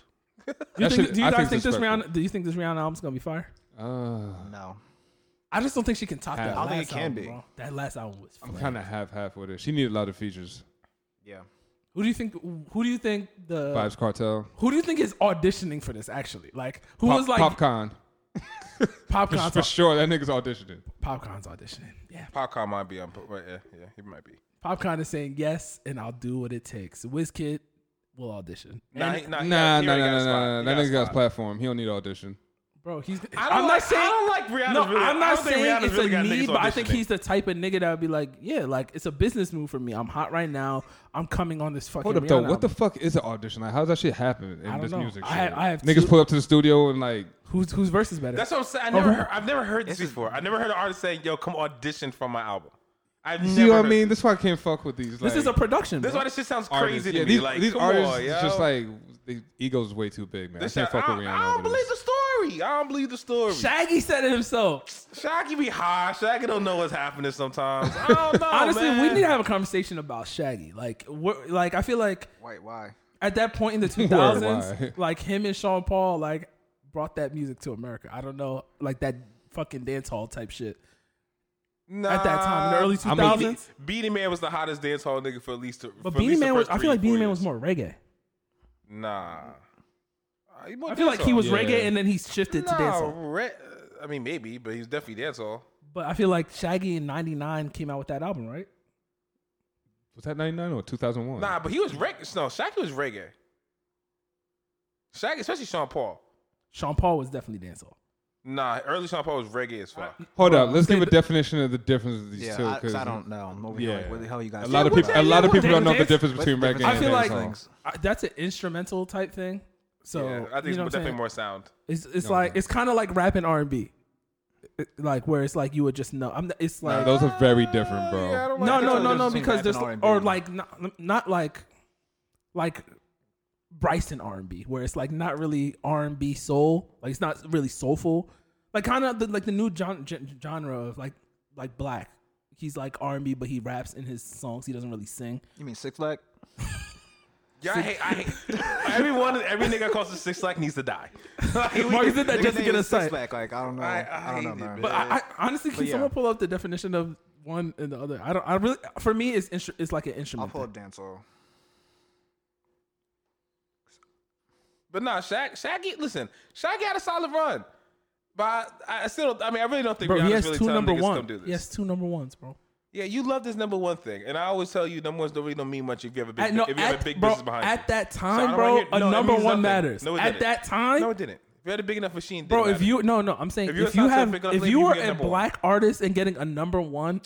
you,
That
think,
shit-
do you
I
guys
think
think this
disrespectful.
Rihanna? Do you think this Rihanna album's gonna be fire?
uh,
No.
I just don't think she can top that.
I
don't think
last
it can
album,
be.
Bro. That last album was.
I'm
fire.
kind of half half with it. She needed a lot of features.
Yeah.
Who do you think? Who do you think the?
Vibes Cartel,
Who do you think is auditioning for this? Actually, like who
Pop,
was like
Popcon,
Popcon's,
for sure. That nigga's auditioning.
Popcon's auditioning? Yeah,
Popcorn might be on, but but yeah, yeah, he might be.
Popcon is saying yes, and I'll do what it takes. Wizkid will audition.
Nah,
And-
he- nah,
Nah,
he got- he
nah,
already
nah,
got a
nah,
slot.
nah. That
He got a
nigga got his
slot.
platform. He don't need audition.
Bro, (laughs) he's.
I don't
am
like-
not saying
I don't like Rihanna's
No,
really-
I'm
I
not
don't think
saying
Rihanna's
it's
really
a
got
need,
niggas
but I think
auditioning.
he's the type of nigga that would be like, yeah, like it's a business move for me. I'm hot right now. I'm coming on this fucking.
Hold up though,
Rihanna
what the
album.
fuck is an audition? Like, how does that shit happen in
don't
this
know.
music?
I-
shit?
I have
niggas
two-
pull up to the studio and like,
who's who's versus better?
That's what I'm saying.
Oh,
I never
who-
heard, I've never heard this
This is-
before. I never heard an artist saying, "Yo, come audition for my album." I've
you
never.
see what I
heard
mean?
This,
That's why I can't fuck with these.
this
like,
is a production.
That's
bro.
why this shit sounds
artists.
crazy
Yeah,
to
these,
me. Like
these
come
artists,
on,
is
yo.
just like the ego's way too big, man.
This
I
shit-
can't fuck
I,
with Rihanna.
I don't
over this.
believe the story. I don't believe the story.
Shaggy said it himself.
Shaggy be high. Shaggy don't know what's happening sometimes. I don't know.
Honestly, we
man.
need to have a conversation about Shaggy. Like, what? Like, I feel like
Wait, why?
at that point (laughs) in the
why?
2000s, like him and Sean Paul, like brought that music to America. I don't know, like that fucking dance hall type shit
nah,
at that time in the early
I mean,
2000s.
Beanie Man was the hottest dance hall nigga for at least.
but Beanie Man was. I feel like Beanie Man was more reggae.
Nah. Uh, he more
I feel like he
dancehall.
was
Yeah.
reggae and then he shifted to
Nah,
dancehall.
re- uh, I mean, maybe, but he's definitely dancehall.
But I feel like Shaggy in '99 came out with that album, right?
Was that 99 or
Hmm.
2001?
Nah, but he was reggae. No, Shaggy was reggae. Shaggy, especially Sean Paul.
Sean Paul was definitely dancehall.
Nah, early Sean Paul was reggae as fuck.
Hold up, let's
say
give a
that-
definition of the difference of these
Yeah,
two.
I, 'cause
'cause
I don't know. I'm over here
Yeah.
like, where the hell you
A
guys?
lot of
what's
people,
that-
a lot of
what's
people
that
don't know the
dance?
difference
What's
between
the
reggae.
difference?
and
I feel like
dancehall.
things.
I- that's an instrumental type thing. So
Yeah, I think
you
it's
know what I'm
definitely
saying?
more sound.
It's it's like it's kind of like rap and R and B, like where it's like you would just know. I'm. It's
Nah,
like
those are very different, bro.
Yeah, I don't
no,
like
no, no,
that.
no,
difference
because
between
there's
rap and
or
R&B.
like not, not like like Bryson R and B, where it's like not really R and B soul, like it's not really soulful, like kind of the, like the new gen- gen- genre of like like black. He's like R and B, but he raps in his songs. He doesn't really
(laughs)
sing.
You mean Six Flag?
Yeah, I hate. I hate everyone. (laughs) Every nigga calls the Six Flag needs to die. Like, we-
Marcus did that
Nigga
just to
name
get
is
us
Six
signed.
Flag. Like I don't know.
I-
I, don't know,
I hate it,
man.
man.
But I, I honestly, can
yeah.
someone pull up the definition of one and the other? I don't. I really, for me, it's instru- it's like an
I'll
instrument.
pull
thing.
up dancehall.
But nah, Shaq, Shaggy. Listen, Shaggy had a solid run, but I, I still. Don't, I mean, I really don't think
Bro,
Rihanna's
he has
really
two
telling
number
niggas Come
one.
do this.
He has two number ones, bro.
Yeah, you love this number one thing, and I always tell you, number ones don't really don't mean much if you have a big,
At, no,
if you have
at-
a big
bro,
business behind
at
you.
that
So I
time,
don't
bro,
wanna hear-
a
no, that
number
means
one
nothing.
matters.
No, it
at
didn't.
that time,
No, it didn't. If you had a big enough machine, it didn't
bro, if
matter.
you no no, I'm saying
If
if
you
you,
were top
have
ten, pick up
if
Lady,
you
you
were
get
a
number one.
black artist and getting a number one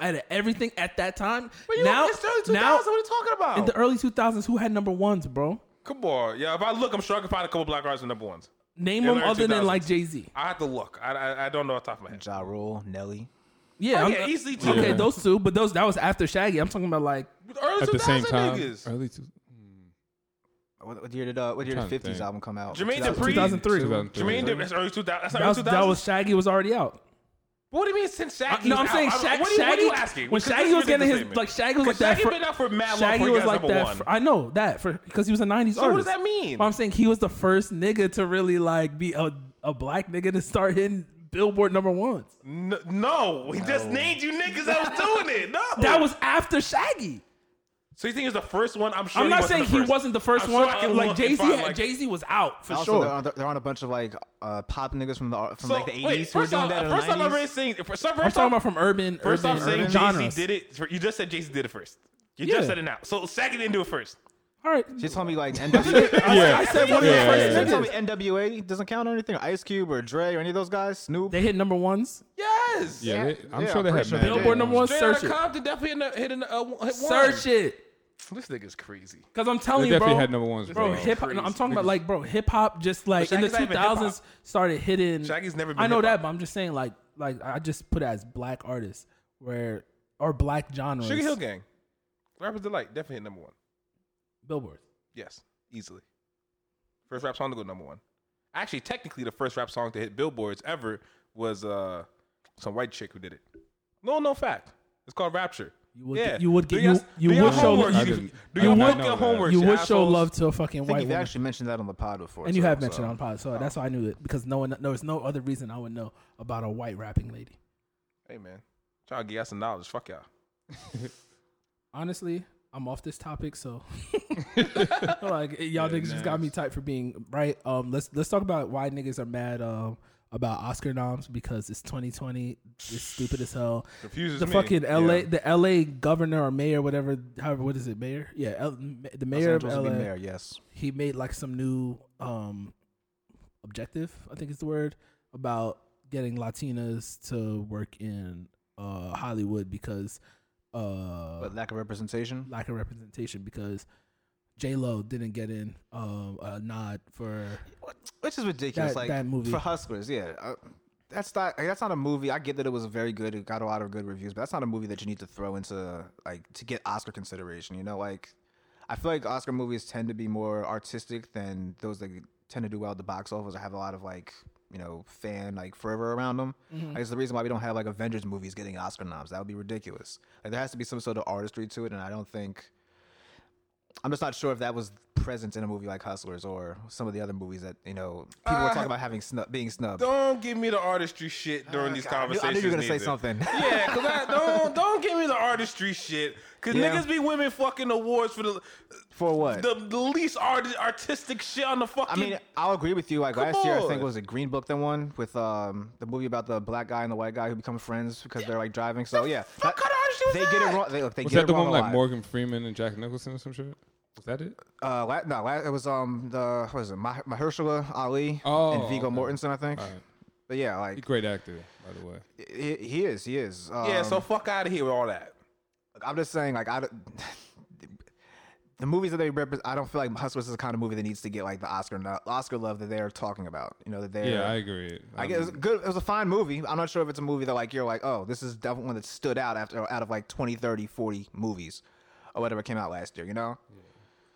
out of everything at that time,
But you-
now
it's early 2000.
now
what are you talking about?
in the early 2000s, who had number ones, bro?
Come on, yeah. If I look, I'm sure I can find a couple black artists with number ones.
Name
In
them
the early
other than
2000s.
like Jay Z.
I have to look. I, I, I don't know off the top of my head.
Ja Rule, Nelly.
Yeah,
Oh,
I'm-
yeah, easily two.
okay, those two, but those that was after Shaggy. I'm talking about like
Early
At the
2000
same time,
niggas.
early two-
What, what year did uh, what year did
trying to
fifties
think.
album come out?
Jermaine
2000.
Dupri.
2003.
2003.
Jermaine, Dupri- that's early 2000. That's not
that
early
was,
2000.
that was Shaggy was already out. Uh,
What do you mean since Shaggy?
no, I'm
was
saying
out?
Shag-
what, are you, what are
Shaggy.
you asking?
When
Because
Shaggy
that's
was getting his
ridiculous
like
statement.
Shaggy was like
'Cause
that.
Shaggy
for-
been out for mad long
Shaggy
before he
was
got
like
number
that.
one.
for- I know that for because he was a '90s
So
artist.
what does that mean?
But I'm saying he was the first nigga to really like be a, a black nigga to start hitting Billboard number ones.
N- no, he just named you niggas that was doing it. No,
That was after Shaggy.
So you think it's the first one? I'm sure.
I'm
he
not
wasn't
saying
the
he
first.
wasn't the 1st
I'm sure
one.
I
like
can look and
Jay Z,
find, like-
Jay Z was out for
Also,
sure.
there, aren't, there aren't a bunch of like uh, pop niggas from the ar- from
So,
like the
wait,
eighties who were
first
doing
off,
that in the
first off, I'm really
nineties.
saying. For some, 1st
I'm talking about from urban,
First
urban,
off, saying
urban
Jay
genres.
Z did it. You just said Jay Z did it first. You
Yeah.
just said it now. So Shaggy didn't do it first.
All right,
She told me like NWA.
Yeah,
I said one of the
yeah,
first
yeah,
(laughs)
yeah.
She told me NWA doesn't count or anything. Or Ice Cube or Dre or any of those guys. Snoop.
they hit number ones.
Yes.
Yeah, they- I'm
Yeah,
sure they
I'm
had
pretty sure
mad
they did.
Billboard number one.
Straight
Search
Outta
it.
Compton definitely hit, a, hit, an, uh, hit one.
Search it.
This nigga's crazy.
Cause I'm
They
telling you,
definitely
bro.
had number ones,
bro,
bro.
hip hop.
Crazy.
No, I'm talking about like, bro, hip hop. Just like in the
Shaggy's not even
2000s, started hitting.
Shaggy's never been
I know
hip-hop.
that, but I'm just saying, like, like I just put it as black artists where or black genres.
Sugar Hill Gang, Rapper's Delight definitely hit number one.
Billboard.
Yes, easily. First rap song to go number one. Actually, technically, the first rap song to hit billboards ever was uh, some white chick who did it. No, no fact. It's called Rapture.
You would-
yeah.
you would
Do
get-
your-
you- you
do your
would show-
homework,
I
you-
didn't-
Do
I
your
did not
work
know
and
that.
homework.
You
you
would show
assholes.
love to a fucking
I think
white
you've
woman,
actually mentioned that on the pod before.
and you
so-
have mentioned
so-
on pod,
Oh.
so that's why I knew it because no one, there was no other reason I would know about a white rapping lady.
Hey man, trying to get y'all some knowledge. Fuck y'all.
Honestly, I'm off this topic, so (laughs) like y'all niggas just got me tight for being right. Um, let's let's talk about why niggas are mad um about Oscar noms because it's 2020. It's stupid as hell.
Confuses
the
me.
fucking LA,
Yeah.
the LA governor or mayor, whatever, however, what is it, mayor? Yeah, L, the
Los
mayor of
Angeles
LA.
will be mayor, yes.
He made like some new um objective, I think is the word, about getting Latinas to work in uh, Hollywood because uh,
But lack of representation.
lack of representation because J Lo didn't get in um, a nod for
which is ridiculous.
That-
like
that movie.
for Hustlers, yeah. Uh, that's not like, that's not a movie. I get that it was very good. It got a lot of good reviews, but that's not a movie that you need to throw into like to get Oscar consideration. You know, like I feel like Oscar movies tend to be more artistic than those that tend to do well at the box office or have a lot of like you know fan like fervor around them. I guess the reason why we don't have like Avengers movies getting Oscar noms that would be ridiculous. Like there has to be some sort of artistry to it, and I don't think I'm just not sure if that was present in a movie like Hustlers or some of the other movies that you know people were talking about having snub, being snubbed.
Don't give me the artistry shit during these
Oh, God, I knew-
conversations.
I knew you were gonna say
neither.
something.
(laughs) Yeah, cause I don't don't give me the artistry shit. Cause
Yeah.
niggas be winning fucking awards for the
For what?
the, the least art, artistic shit on the
I
fucking.
mean, I'll agree with you. Like
Come
last year, I think
on.
it was a Green Book that one with um, the movie about the black guy and the white guy who become friends because they're like driving. So yeah,
fuck
that-
kind of artistry was
they get
that?
it wrong. They, look, they
Was
get
that the
it wrong
one
a
like
lot.
Morgan Freeman and Jack Nicholson or some shit? Was that it?
Uh, la- no, la- it was um the what was it Mah- Mahershala Ali
Oh,
and Vigo
okay.
Mortensen, I think.
All right.
But yeah,
He's a
like
great actor, by the way.
he, he is, he is. Um,
yeah, so fuck out of here with all that.
I'm just saying, like I. don't- (laughs) The movies that they represent, I don't feel like Hustlers is the kind of movie that needs to get like the Oscar no- Oscar love that they're talking about. You know that they're.
Yeah, I agree. Um,
I guess it was good. It was a fine movie. I'm not sure if it's a movie that like you're like, oh, this is definitely one that stood out after out of like 20, 30, 40 movies or whatever came out last year. You know,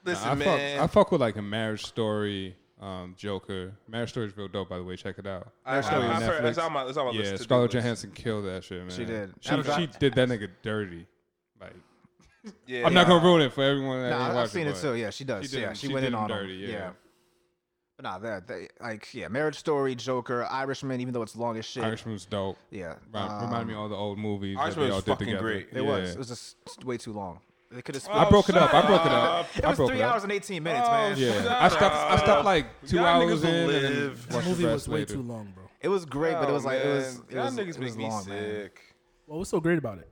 Listen,
I fuck,
man.
I fuck with like a Marriage Story, um, Joker. Marriage Story is real dope, by the way. Check it out.
I,
It's on
have heard,
Netflix.
that's on my, that's on my list.
yeah,
to-do
Scarlett
list.
Johansson killed that shit, man.
She did.
She,
Adam Driver-
she did that nigga dirty. Like,
Yeah,
I'm not gonna ruin it for everyone. That
Nah,
ain't
I've
watching,
seen it
but
too. Yeah, she does.
She did
yeah,
him-
she,
she
went
did
in
him
on
dirty,
him.
yeah.
But nah, that they, like yeah, Marriage Story, Joker, Irishman. Even though it's long as shit,
Irishman was dope.
yeah,
Remind,
um,
remind me of all the old movies.
Irishman
that they
was
all
fucking
did together.
great.
yeah.
It was. It was just way too long. They could have.
I broke it up. I broke it
Oh,
up.
it
I
was
broke
three
it up.
hours and 18 minutes,
Oh,
man.
Yeah,
Shut
I stopped. I
up.
stopped like 2
Y'all
hours
niggas
in. and then
live.
watched
the movie
rest
was way
later.
too long, bro.
It was great, but it
Oh,
was like it was. It
Y'all
was,
niggas
it was
make me
long, man.
sick.
What was so great about it?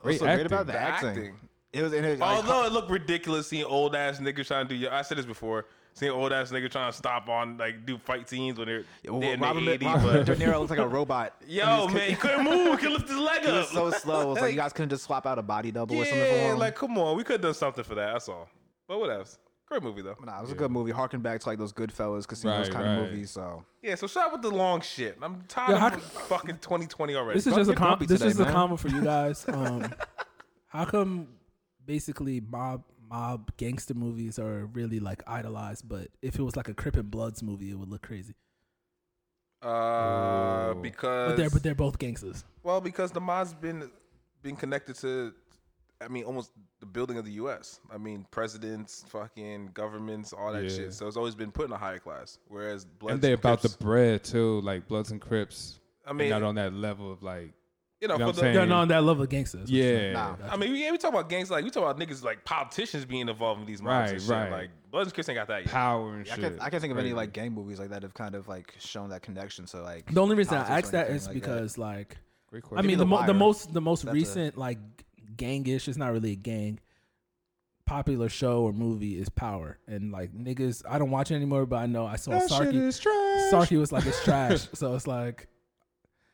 What's so
Great
great about the
acting.
acting?
acting.
It was. And it, like,
Although it looked ridiculous seeing old ass niggas trying to do. I said this before. Seeing old ass niggas trying to stop on like do fight scenes when they're,
Well,
they're in
Robert,
their 80s.
Robert De (laughs)
but,
Niro looks like a
(laughs)
robot.
yo, man, he couldn't move. He could lift his
(laughs)
leg
He
up.
was
(laughs)
so slow. It was like you guys couldn't just swap out a body double or something for
yeah,
him.
like come on, we could have done something for that. That's all. But what else? Great movie though.
nah, it was a good movie. Harking back to like those Goodfellas, Casinos
Right,
kind of
right.
movies. So
Yeah, so shut up with the long shit. I'm tired
Yo, how
of
could-
fucking 2020 already.
This is
Don't
just a
get
com-
grumpy
this
today,
is a
man.
combo for you
(laughs)
guys. Um, how come basically mob mob gangster movies are really like idolized, but if it was like a Crip and Bloods movie, it would look crazy.
uh,
But
because
they're but they're both gangsters.
well, because the mod's been been connected to, I mean, almost the building of the U.S. I mean, presidents, fucking governments, all that
Yeah.
shit. So it's always been put in a higher class. Whereas Bloods,
and they about
Crips-
the bread too, like Bloods and Crips.
I
I mean,
mean,
not on that level of like,
you know,
you know
for
what I'm
the,
saying?
They're not on that level of gangsters.
yeah,
nah,
I mean, we, yeah, we talk about gangs like we talk about niggas like politicians being involved in these mobs
Right,
and shit.
right.
Like Bloods and Crips ain't got that yet.
power and
I
shit.
can I can think of any
Crazy.
like gang movies like that have kind of like shown that connection to like.
The only reason I
politics or
asked that
anything
is
like
because like
Great
I
question.
mean
The
the, mo- the
Wire.
most the most
That's a-
recent like gangish. It's not really a gang. Popular show or movie is Power, and like niggas, I don't watch it anymore. But I know I saw Sarky.
trash.
Sarky was like it's
(laughs)
trash, so it's like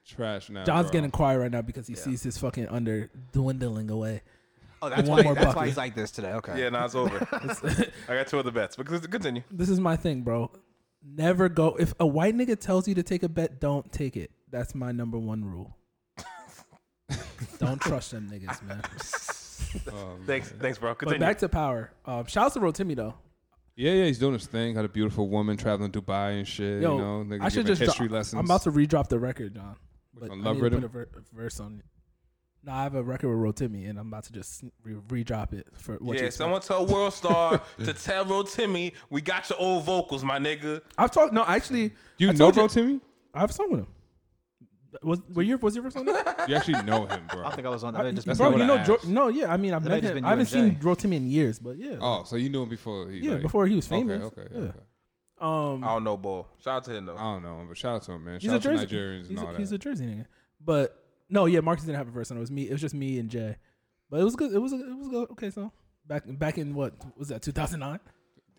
Trash
Oh,
now.
John's
bro.
getting quiet right now because he sees his fucking under dwindling away.
Oh, that's,
One
why,
more
that's
bucket.
why he's like this today. Okay.
Yeah, now it's over. I got two other bets, but
(laughs)
continue.
(laughs) This is my thing, bro. Never go if a white nigga tells you to take a bet, don't take it. That's my number one
(laughs)
rule. don't trust them niggas,
(laughs)
man.
Um,
(laughs) Thanks, thanks, bro.
But
Continue.
back to power. Um, shouts to Rotimi though.
yeah, yeah, he's doing his thing. Got a beautiful woman traveling Dubai and shit.
Yo,
you know, nigga
I should
giving
just
history
dro-
lessons.
I'm about to redrop the record, John. But
one,
I
Love
need to put
Rhythm?
a, ver- a verse on it. No, I have a record with Rotimi, and I'm about to just re- redrop it for what
yeah,
you someone-
someone tell World (laughs) Star to tell Ro Timmy we got your old vocals, my nigga.
I've talked. No, actually,
Do you
I
know
told
Bro Timmy?
I have a song with him. Was were your was your first song?
You actually know him,
(laughs)
bro.
I think I was on. I, just
That's not what
bro, Uh,
been-
you
I
know,
asked.
Dro- no, yeah. I mean, I've
That
met
might've
him.
been
I haven't
you and
seen Rotimi in years, but yeah,
oh, so you knew him before? He,
yeah,
like-
before he was
Okay,
famous.
okay,
yeah.
okay.
Um,
I don't know, Bo. Shout out to him
I
though.
don't know him, but shout out to him, man.
he's
Shout
a
out to
Jersey.
Nigerians
he's,
and all
a, he's a
that.
Jersey nigga, but no, yeah, Marcus didn't have a verse on it. It was me. It was just me and Jay, but it was good. It was a, it was a good. Okay, so back back in what was that? Two thousand nine.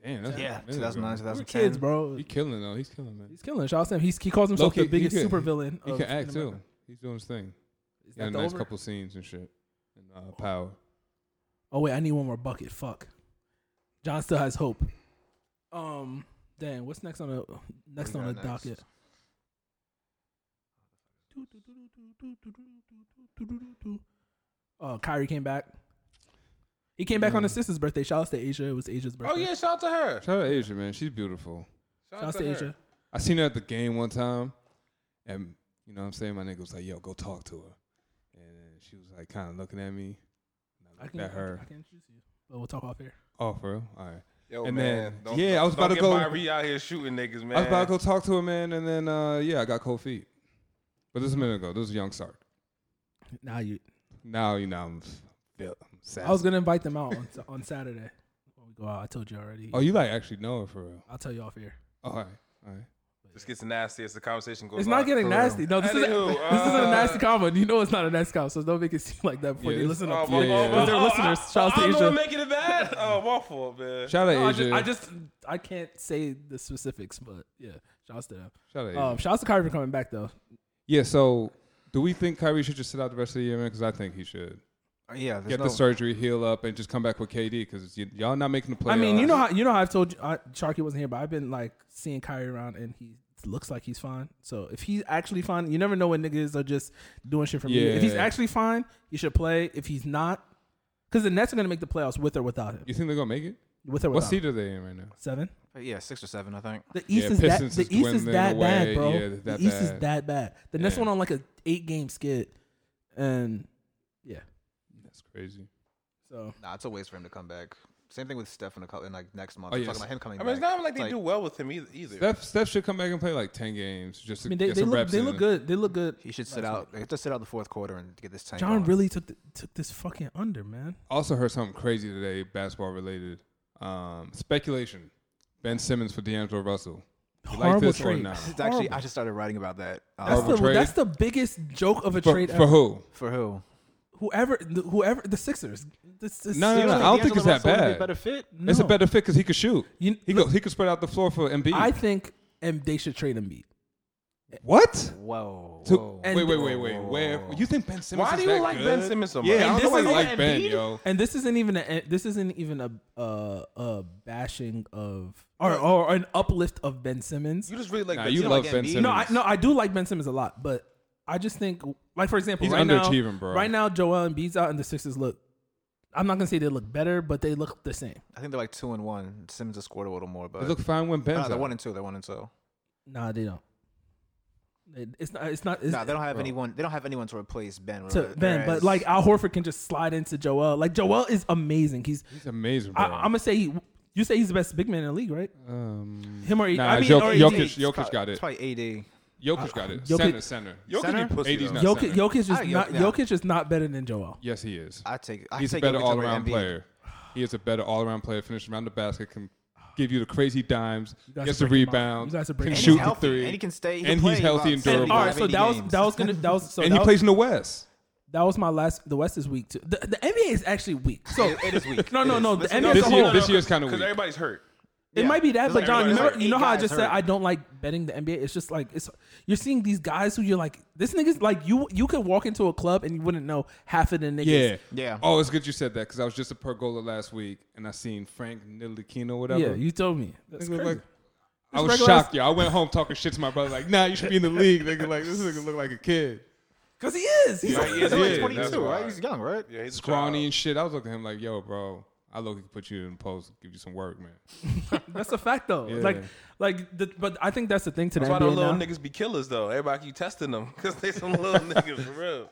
Damn, that's
Yeah,
a minute ago.
2009,
We're
2010.
kids, bro.
He killing though. He's killing man.
He's killing. Shout out to him. He's, he calls himself
Low-key,
the biggest
he could-
supervillain.
He
of
can act
Latin
too.
America.
He's doing his thing.
Is
He had a
that the
nice
over?
couple scenes and shit. And uh, power.
Oh wait, I need one more bucket. Fuck. John still has hope. Um, dang, what's next on the next
we
on the
got next?
docket? Oh, Kyrie came back. He came back on
Mm.
his sister's birthday. Shout out to Asia. It was Asia's birthday.
Oh yeah, shout out to her.
Shout out to Asia, man. She's beautiful.
Shout,
Shout out to
her.
Asia.
I seen her at the game one time, and you know what I'm saying my nigga was like, "Yo, go talk to her," and then she was like, kind of looking at me. And I
I
looked
can,
at her.
I can Oh, choose you, but we'll talk off here.
Oh, for real? All right.
Yo,
and
man,
then
don't-
yeah, I was
Don't
about to
get
go.
Kyrie out here shooting niggas, man.
I was about to go talk to her, man, and then uh, yeah, I got cold feet. But this is a minute ago. This is Young Sark.
Now you.
Now you know I'm, feel- I'm sad.
I was gonna invite them out on, on Saturday. When we go out. I told you already.
oh, you like actually know her for real? Oh,
I'll tell you off here.
All right, all right.
This gets nasty as the conversation goes.
It's
on,
not getting
for real.
nasty. No, this isn't,
Anywho,
this isn't a
uh,
nasty comment. You know it's not a nasty comment, so don't make it (laughs) seem like that before
Yeah,
they
this-
listen
Oh,
up.
Yeah,
my- oh,
yeah,
oh,
yeah.
They're
oh,
listeners.
oh,
Shout out to
I'm the
Asia.
one making
(laughs)
it bad. Oh, my fault, man.
Shout out
No, I,
Asia.
just, I just I can't say the specifics, but yeah, shouts to them.
Shout out Asia.
Um, shouts to Kyrie for coming back though.
yeah. So, do we think Kyrie should just sit out the rest of the year, man? Because I think he should.
Uh, Yeah, there's
get
no,
the surgery, heal up, and just come back with KD because y- y'all not making the playoffs.
I mean, you know how you know how I've told you, I, Sharky wasn't here, but I've been like seeing Kyrie around, and he looks like he's fine. So if he's actually fine, you never know when niggas are just doing shit for me. If he's
Yeah.
actually fine, he should play. If he's not, because the Nets are gonna make the playoffs with or without him.
You think they're gonna make it?
With or
What
without him.
seed are they in right now?
seven.
uh, yeah, six or seven, I think.
The East
Yeah,
is that.
Pistons
The
is
East is
dwindling
that bad,
away.
bro.
Yeah, they're that
the East is
bad.
that bad. The Nets
Yeah.
went on like a eight game skid, and yeah.
That's crazy.
So
Nah, it's a waste for him to come back. Same thing with Steph in a couple, in like next month.
Oh,
We're
yes.
Talking about him coming
I mean, it's
back.
not like they do well with him either. either.
Steph, Steph should come back and play like ten games just to
I mean, they,
get
they
some
look
reps.
they
in.
look good. They look good.
He should sit out. He just sit out the fourth quarter and get this tank.
John
going.
really took the, took this fucking under, man.
Also heard something crazy today, basketball related. Um, speculation: Ben Simmons for D'Angelo Russell. You like
Horrible
this or
trade.
not?
It's actually,
(laughs) horrible.
I just started writing about that.
That's
Um,
Horrible
the
trade.
that's the biggest joke of a
For,
trade
for
ever.
who?
for who?
Whoever whoever the Sixers. This, this
No, no, no. I don't think it's that bad.
Better fit.
It's a
No.
better fit because he could shoot.
You-
he could he could spread out the floor for Embiid.
I think and they should trade Embiid.
what?
Whoa.
To-
whoa.
wait, wait, wait, wait. Where you think Ben Simmons?
Why
is
do you
that
like
good?
Ben Simmons so much?
Yeah, I
And
don't
this
know why you
is
like
Embiid?
Ben, yo.
And this isn't even a this isn't even a a, a bashing of or, or an uplift of Ben Simmons.
You just really like.
Nah,
Ben
you
Simmons.
love
like
Ben
Embiid?
Simmons.
No, I no, I do like Ben Simmons a lot, but I just think like for example,
He's
right now,
underachieving, bro.
Right now, Joel and B's out, and the Sixers look. I'm not gonna say they look better, but they look the same.
I think they're like two and one. Simmons has scored a little more, but
They look fine when
Nah,
Ben's
they're
out.
one and two. They're one and two.
Nah, they don't. It- It's not. It's not. It's,
Nah, they don't have anyone. They don't have anyone to replace Ben.
to Ben, but like Al Horford can just slide into Joel. Like Joel is amazing. He's.
He's amazing, bro.
I, I'm gonna say he. You say he's the best big man in the league, right?
um,
Him or E,
Nah,
I mean,
Jok-
or
Jokic-
Jokic.
Jokic got it.
It's probably AD.
Jokic got it. center,
Jokic-
center.
Jokic be
Center?
pussy,
AD's
though.
not
Jokic,
center.
Jokic is
I- Jokic-
not.
yeah.
Jokic is not better than Joel.
Yes, he is.
I take. I
He's a
take
better
Jokic
all
over
around
Embiid.
player. He is a better all around player. Finishes around the basket, can give you the crazy dimes,
guys
gets
are
the
breaking my-
rebounds,
you guys are
can
breaking my-
And
shoot
he's
the
healthy,
three,
and he can stay. He can
and
play
he's healthy
about
and
70,
durable.
All
All
right, so that was that was gonna that was so
and
that
he
was-
plays in the West.
That was my last. The West is weak too. The, the NBA is actually weak. So
It- it is
(laughs)
weak.
No,
It
no,
is.
no. The
Listen,
NBA
this
as a
year-
whole.
this year's kinda
because
weak.
everybody's hurt.
it
Yeah.
might be that,
There's
but
like
John, you
everybody's
remember,
like
you know
eight
how I
guys
just said
hurt.
I don't like betting the NBA. It's just like it's you're seeing these guys who you're like this niggas like you you could walk into a club and you wouldn't know half of the niggas.
Yeah.
Yeah.
Oh, it's good you said that because I was just at Pergola last week and I seen Frank Ntilikina, whatever.
yeah. You told me. That's
Nigga was
crazy.
like- I was
regular ass-
shocked, yo. I went home talking shit to my brother, like, nah, you should be in the league. Nigga, like, this nigga look like a kid.
Cause he is. He's like,
He's only
Yeah, that's
22,
why.
right? He's young, right?
Yeah, he's a
scrawny
child.
and shit. I was looking at him like, yo, bro, I look could put you in post, give you some work, man.
that's a fact though.
Yeah.
Like like the, but I think that's the thing to
That's
the
why
NBA
those little
now.
niggas be killers though. Everybody keep testing them because they some
(laughs)
little niggas for real.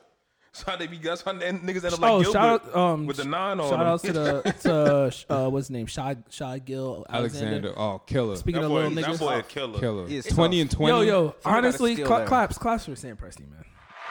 That's why they be. That's why the niggas end up like
oh,
Gilbert
shout out um
with the nine on
shout
them.
outs
(laughs)
to the to uh what's his name Shy Shy Gill Alexander.
Alexander, oh, killer.
Speaking
that
of
boy,
little
that boy a
niggas, Oh,
killer.
killer.
He is
20
tough.
and 20.
yo yo,
gotta
honestly,
steal
cla-
that.
claps claps for Sam Presti, man.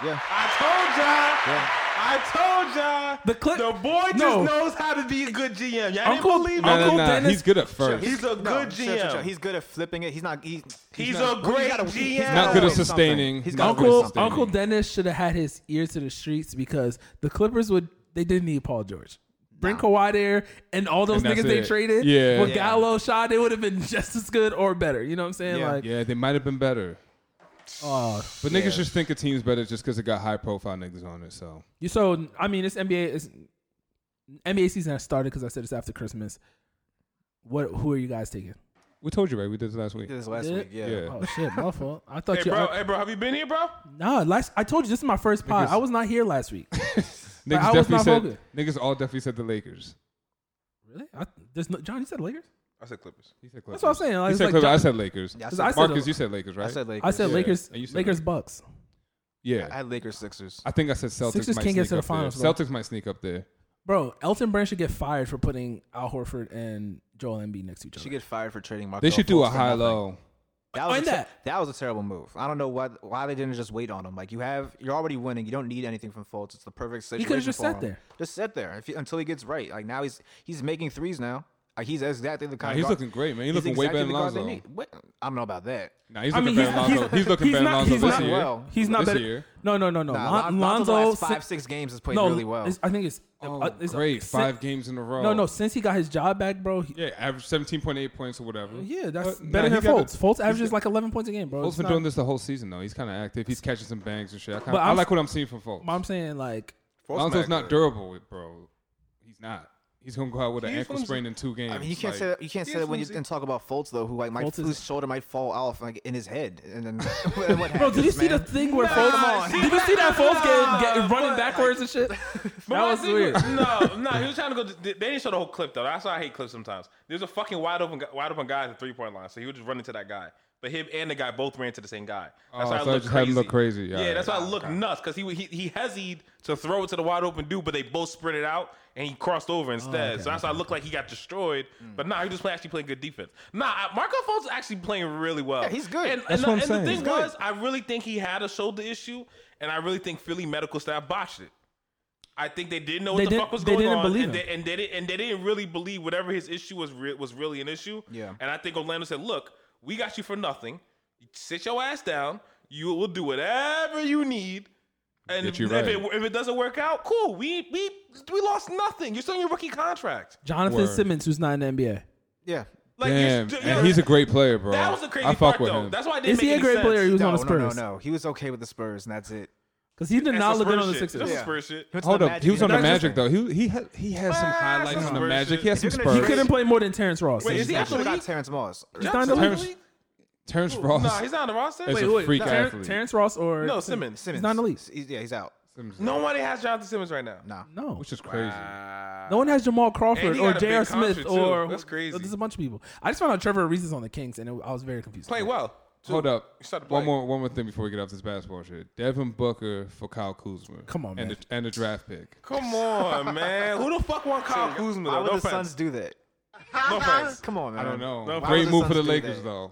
Yeah.
I told y'all. I told y'all.
The clip-
The boy just
No.
knows how to be a good GM. Y'all
Uncle-
didn't believe
Nah,
me.
nah,
Uncle
nah,
Dennis-
He's good at first.
He's a good
No,
GM.
sure, sure, sure. He's good at flipping it. He's not. He's
He's
not-
a great
he's gotta- he's
GM.
gotta
Not good at
win something.
sustaining.
He's
Not good
gotta
at
win
Uncle
something.
Uncle Dennis should have had his ear to the streets because the Clippers would they didn't need Paul George. Bring Kawhi there, and all those
And
niggas
that's
they
it.
traded.
Yeah.
with
Yeah.
Gallo shot, they would have been (laughs) just as good or better. You know what I'm saying?
Yeah.
Like,
Yeah, they might have been better.
oh,
But niggas just think a team's better just because it got high profile niggas on it. So
You so I mean this NBA is NBA season has started because I said it's after Christmas. What who are you guys taking?
we told you, right? We did this last week.
This last
Did
week,
it?
yeah.
Yeah.
Oh shit, my fault. I thought
Hey
you.
bro,
I,
hey bro, have you been here, bro?
no, last I told you this is my first pod. I was not here last week.
Niggas
I was
definitely
not
said
voting.
niggas all definitely said the Lakers.
really? I, there's no John. You said Lakers.
I said Clippers.
He said
That's what I'm
Clippers.
saying.
He
Like, it's
said
like
Clippers.
John-
I said Lakers.
Yeah, I
'cause
said,
I said,
Marcus, you said Lakers, right?
I said Lakers.
I said
Yeah,
Lakers.
and you said
Lakers
Lakers.
Bucks.
yeah.
I
I,
had Lakers Sixers.
think I said Celtics
Sixers
might
can't
sneak
get to the
up
finals,
There.
bro.
Celtics might sneak up there.
Bro, Elton Brand should get fired for putting Al Horford and Joel Embiid next to each other.
She get fired for trading Mark.
They should do a high low.
That was,
On
a ter-
that.
that was a terrible move. I don't know what why they didn't just wait on him. Like you have, you're already winning. You don't need anything from Fultz. It's the perfect situation.
could've just
for
sat
him.
there.
Just sit there if he, until he gets right. Like now he's he's making threes now. Like, he's exactly the kind. of
he's
guard-
looking great, man. He's looking way better
exactly the
than
guard they
Lonzo.
need. What? I don't know about that.
Nah, he's
I
looking
mean,
better
he's,
than Lonzo.
he's,
He's looking
he's
better than
not,
Lonzo
he's
this
not,
year.
well.
He's not
This
better.
year.
No, no, no, no.
Nah,
Lon-
Lon- Lonzo last
si-
five six games has played
no,
really well.
it's- I think it's.
Oh,
uh, it's
great.
sin-
Five games in a row.
No, no. Since he got his job back, bro. he-
Yeah, average 17.8 points or whatever.
yeah, that's
But, nah,
better
he
than
got
Fultz.
the-
Fultz averages like 11 points a game, bro.
Fultz
It's
been
not-
doing this the whole season, though. He's kind of active. He's catching some bangs and shit. I, kinda,
But
I
I'm-
like what I'm seeing from Fultz.
But I'm saying like,
Lonzo's not durable, bro. He's not. He's gonna go out with an
He's
ankle
flimsy.
sprain in two games.
I mean, you can't
Like,
say that, you can't say that when you
flimsy.
and talk about Fultz though, who like my
Fultz is-
whose shoulder might fall off like in his head, and
(laughs)
then (laughs) what
bro, did you
happens,
see the
man?
thing where
Nah,
Fultz?
see,
did you see that Fultz
nah,
get, get running
but-
backwards and shit? (laughs) That
But
was
my thing
weird.
No, no, he was trying to go. They didn't show the whole clip though. That's why I hate clips sometimes. There's a fucking wide open, gu- wide open guy at the three point line, so he would just run into that guy. But him and the guy both ran to the same guy. That's
Oh,
why
so
I
it
look
just had him
crazy.
look crazy.
Yeah,
Alright.
that's why
Ah,
I look nuts because he, wa- he he hesied to throw it to the wide open dude, but they both sprinted out and he crossed
Oh,
over instead. so that's why I looked like he got destroyed.
Mm.
But nah, he just play, actually playing good defense. Nah, I- Marco Fultz is actually playing really well.
Yeah, he's good.
And,
That's
and,
what I'm
the, and
saying.
the
He's
thing
good.
was, I really think he had a shoulder issue, and I really think Philly medical staff botched it. I think they didn't know what
They
the
didn't-
fuck was
they
going
didn't
on,
believe
and,
him.
they, and they didn't and they didn't really believe whatever his issue was re- was really an issue.
Yeah.
And I think Orlando said, "Look, we got you for nothing. Sit your ass down. You will do whatever you need." And
Get you
if,
right.
it, if it doesn't work out, cool. We we we lost nothing. You're still in your rookie contract.
Jonathan
Word.
Simmons, who's not in the NBA,
Yeah,
Like you're
damn,
still-
and
yo,
he's a great player, bro.
That was the crazy
I fuck
part,
with
though.
him.
That's why it didn't
is he
make
a
any
great
sense.
player? He was
no,
on the
no, no,
Spurs
no. He was okay with the Spurs, and that's it.
because he did
That's
not
some
look good
Spurs
on the
shit.
Sixers.
That's some
Yeah.
Spurs shit.
He went to
Hold
the
up, he was on the
That's
Magic
interesting.
though. He he had he had some
Ah,
highlights
some
on the
Spurs
Magic.
shit.
He had some
You're gonna
Spurs.
He
trade-
couldn't play more than Terrence Ross.
Wait, is he
They
actually
should've got
league?
Terrence Moss.
He's not in the
Johnson-
league.
Terrence-
Terrence
No,
Ross.
he's not on the roster.
It's
Wait,
a
wait,
freak
Ter-
athlete.
Terrence Ross or
no, Simmons.
Simmons.
not in the league.
He's- yeah, he's out.
Simmons,
Nobody has Jonathan Simmons right now.
Nah.
No,
which is crazy.
No one has Jamal Crawford
And he
or
got a big
J.R. Smith
contract, too.
or
That's crazy.
There's a bunch of people. I just found out Trevor Reese is on the Kings, and it, I was very confused.
Play well. too.
Hold up,
You start to play.
one more one more thing before we get off this basketball shit. Devin Booker for Kyle Kuzma.
Come on,
and
man.
the, and the draft pick.
Come on, man. Who the fuck want Kyle Kuzma?
Why
Though?
would
No
the
offense.
Suns do that?
No offense.
Come on,
I
man.
don't know.
No,
Great
why
move
would
for
the
the
Suns do
Lakers
that?
though.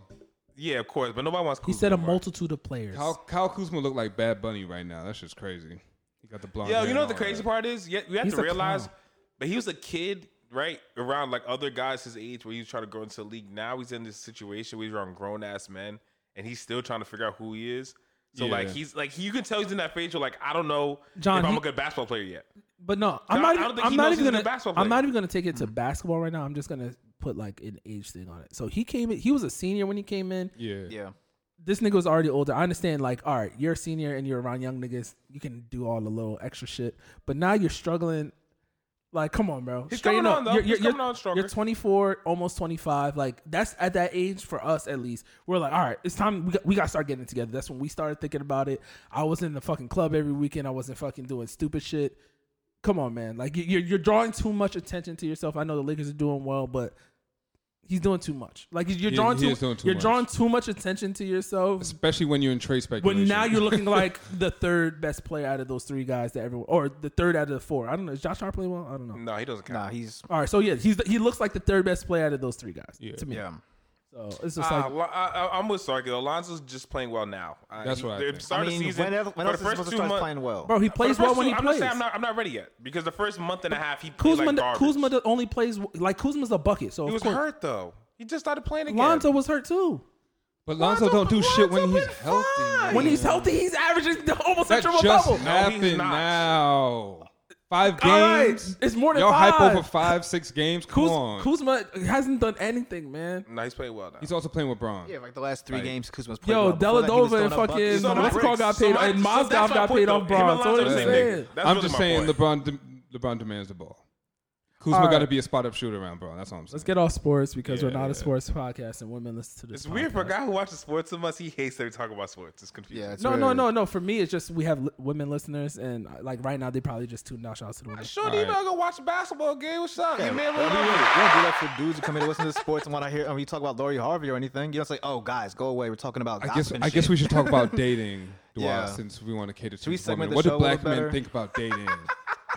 Yeah, of course, but nobody wants Kuzma.
He said a
anymore.
multitude of players.
Kyle, Kyle Kuzma looked like Bad Bunny right now. That's just crazy. He got the blonde.
Yo,
hair
you know
and
what the
all
crazy
that.
part is? Yeah, you have
He's
to
a
realize,
clown.
but he was a kid, right? Around like other guys his age, where he was trying to grow into the league. Now he's in this situation where he's around grown ass men, and he's still trying to figure out who he is. So like
Yeah.
he's like he- you can tell he's in that phase where like I don't know
John,
if I'm
he-
a good basketball player yet.
but no, I'm
I-
not.
I
Even,
don't think
I'm
he
not
knows
even
he's a
gonna.
basketball
I'm
player. Mm.
not even gonna take it to basketball right now. I'm just gonna put like an age thing on it. So he came in. He was a senior when he came in.
Yeah.
Yeah.
This nigga was already older. I understand. Like, all right, you're a senior and you're around young niggas. You can do all the little extra shit. But now you're struggling. Like, come on, bro.
He's
Straighten
coming
up.
on, though.
You're,
He's
you're-
coming
you're-
on stronger.
You're 24, almost 25. Like that's at that age for us, at least. We're like, all right, it's time. We got, we got to start getting together. That's when we started thinking about it. I was in the fucking club every weekend. I wasn't fucking doing stupid shit. Come on, man. Like you- you're you're drawing too much attention to yourself. I know the Lakers are doing well, but he's doing too much. Like you're
He-
drawing
he
too,
is doing too
you're
much.
drawing too much attention to yourself.
Especially when you're in trade
But
speculation.
now you're
(laughs)
(laughs)
looking like the third best player out of those three guys that everyone, or the third out of the four. I don't know. Is Josh Hart playing well? I don't know.
No, he doesn't count.
Nah, he's.
All right, so yeah, he's the, he looks like the third best player out of those three guys to me.
Yeah.
So it's just
Ah,
like
Lo- I, I, I'm with Sarky. Alonzo's just playing well now. Uh,
That's
he-
what I
the
think.
start
I
of
mean,
the season,
when, el- when
for
else
the
is
first
supposed to
two
start
month-
playing well?
bro, he
for the
plays
first
well when
two-
he
I'm
plays.
Not saying I'm, not, I'm not ready yet because the first month and a half he played
Kuzma,
like
d-
garbage.
Kuzma d- only plays like Kuzma's a bucket, so
he
of
was
course.
hurt though. He just started playing again.
Lonzo was hurt too.
But Lonzo don't do shit when
Lonzo
he's
been
healthy.
fine.
man.
When he's healthy, he's averaging (laughs) almost a
that
triple
just
double.
No, he's
happened
not.
now. Five
All right,
games.
it's more than
Y'all hype
five.
over five, six games. Come on.
Kuz, Kuzma hasn't done anything, man.
Nice play well now.
He's also playing with Braun.
Yeah, like the last three games, Kuzma's played.
Yo,
well. Before that, he was
Deladova
throwing
and
up buckets.
fucking
So
what's
my-
called got
so
paid,
my-
and
so
Mozgov
that's my
got
point,
paid
though.
off
Him and
Braun. So what
Lonzo
I'm
the same
saying.
nigga. That's
I'm
really
just
my
saying
point.
LeBron de- LeBron demands the ball. Kuzma
All right.
got to be a spot up shooter around Braun. That's all I'm saying.
Let's get off sports because we're
Yeah,
not
yeah.
a sports podcast, and women listen to this.
It's weird for a
podcast.
guy who watches sports so much. He hates that we talk about sports. It's confusing.
Yeah, it's
No,
weird.
no, no, no. For me, it's just we have li- women listeners, and uh, like right now, they probably just tuned out. Shout out to the women.
Sure, you
Alright.
not gonna watch a basketball game. What's up? You man,
Yeah,
what
we
up?
really- we don't do that for dudes who come in to listen to sports and want to hear. When you talk about Lori Harvey or anything, you don't say, "Oh, guys, go away. We're talking about."
I
gossip
guess
and
I guess
shit."
we should talk
(laughs)
about dating, Dwight,
Yeah.
since we want to cater to
we
women.
segment the
What
show
do
a little
black men
better?
think about dating?
(laughs)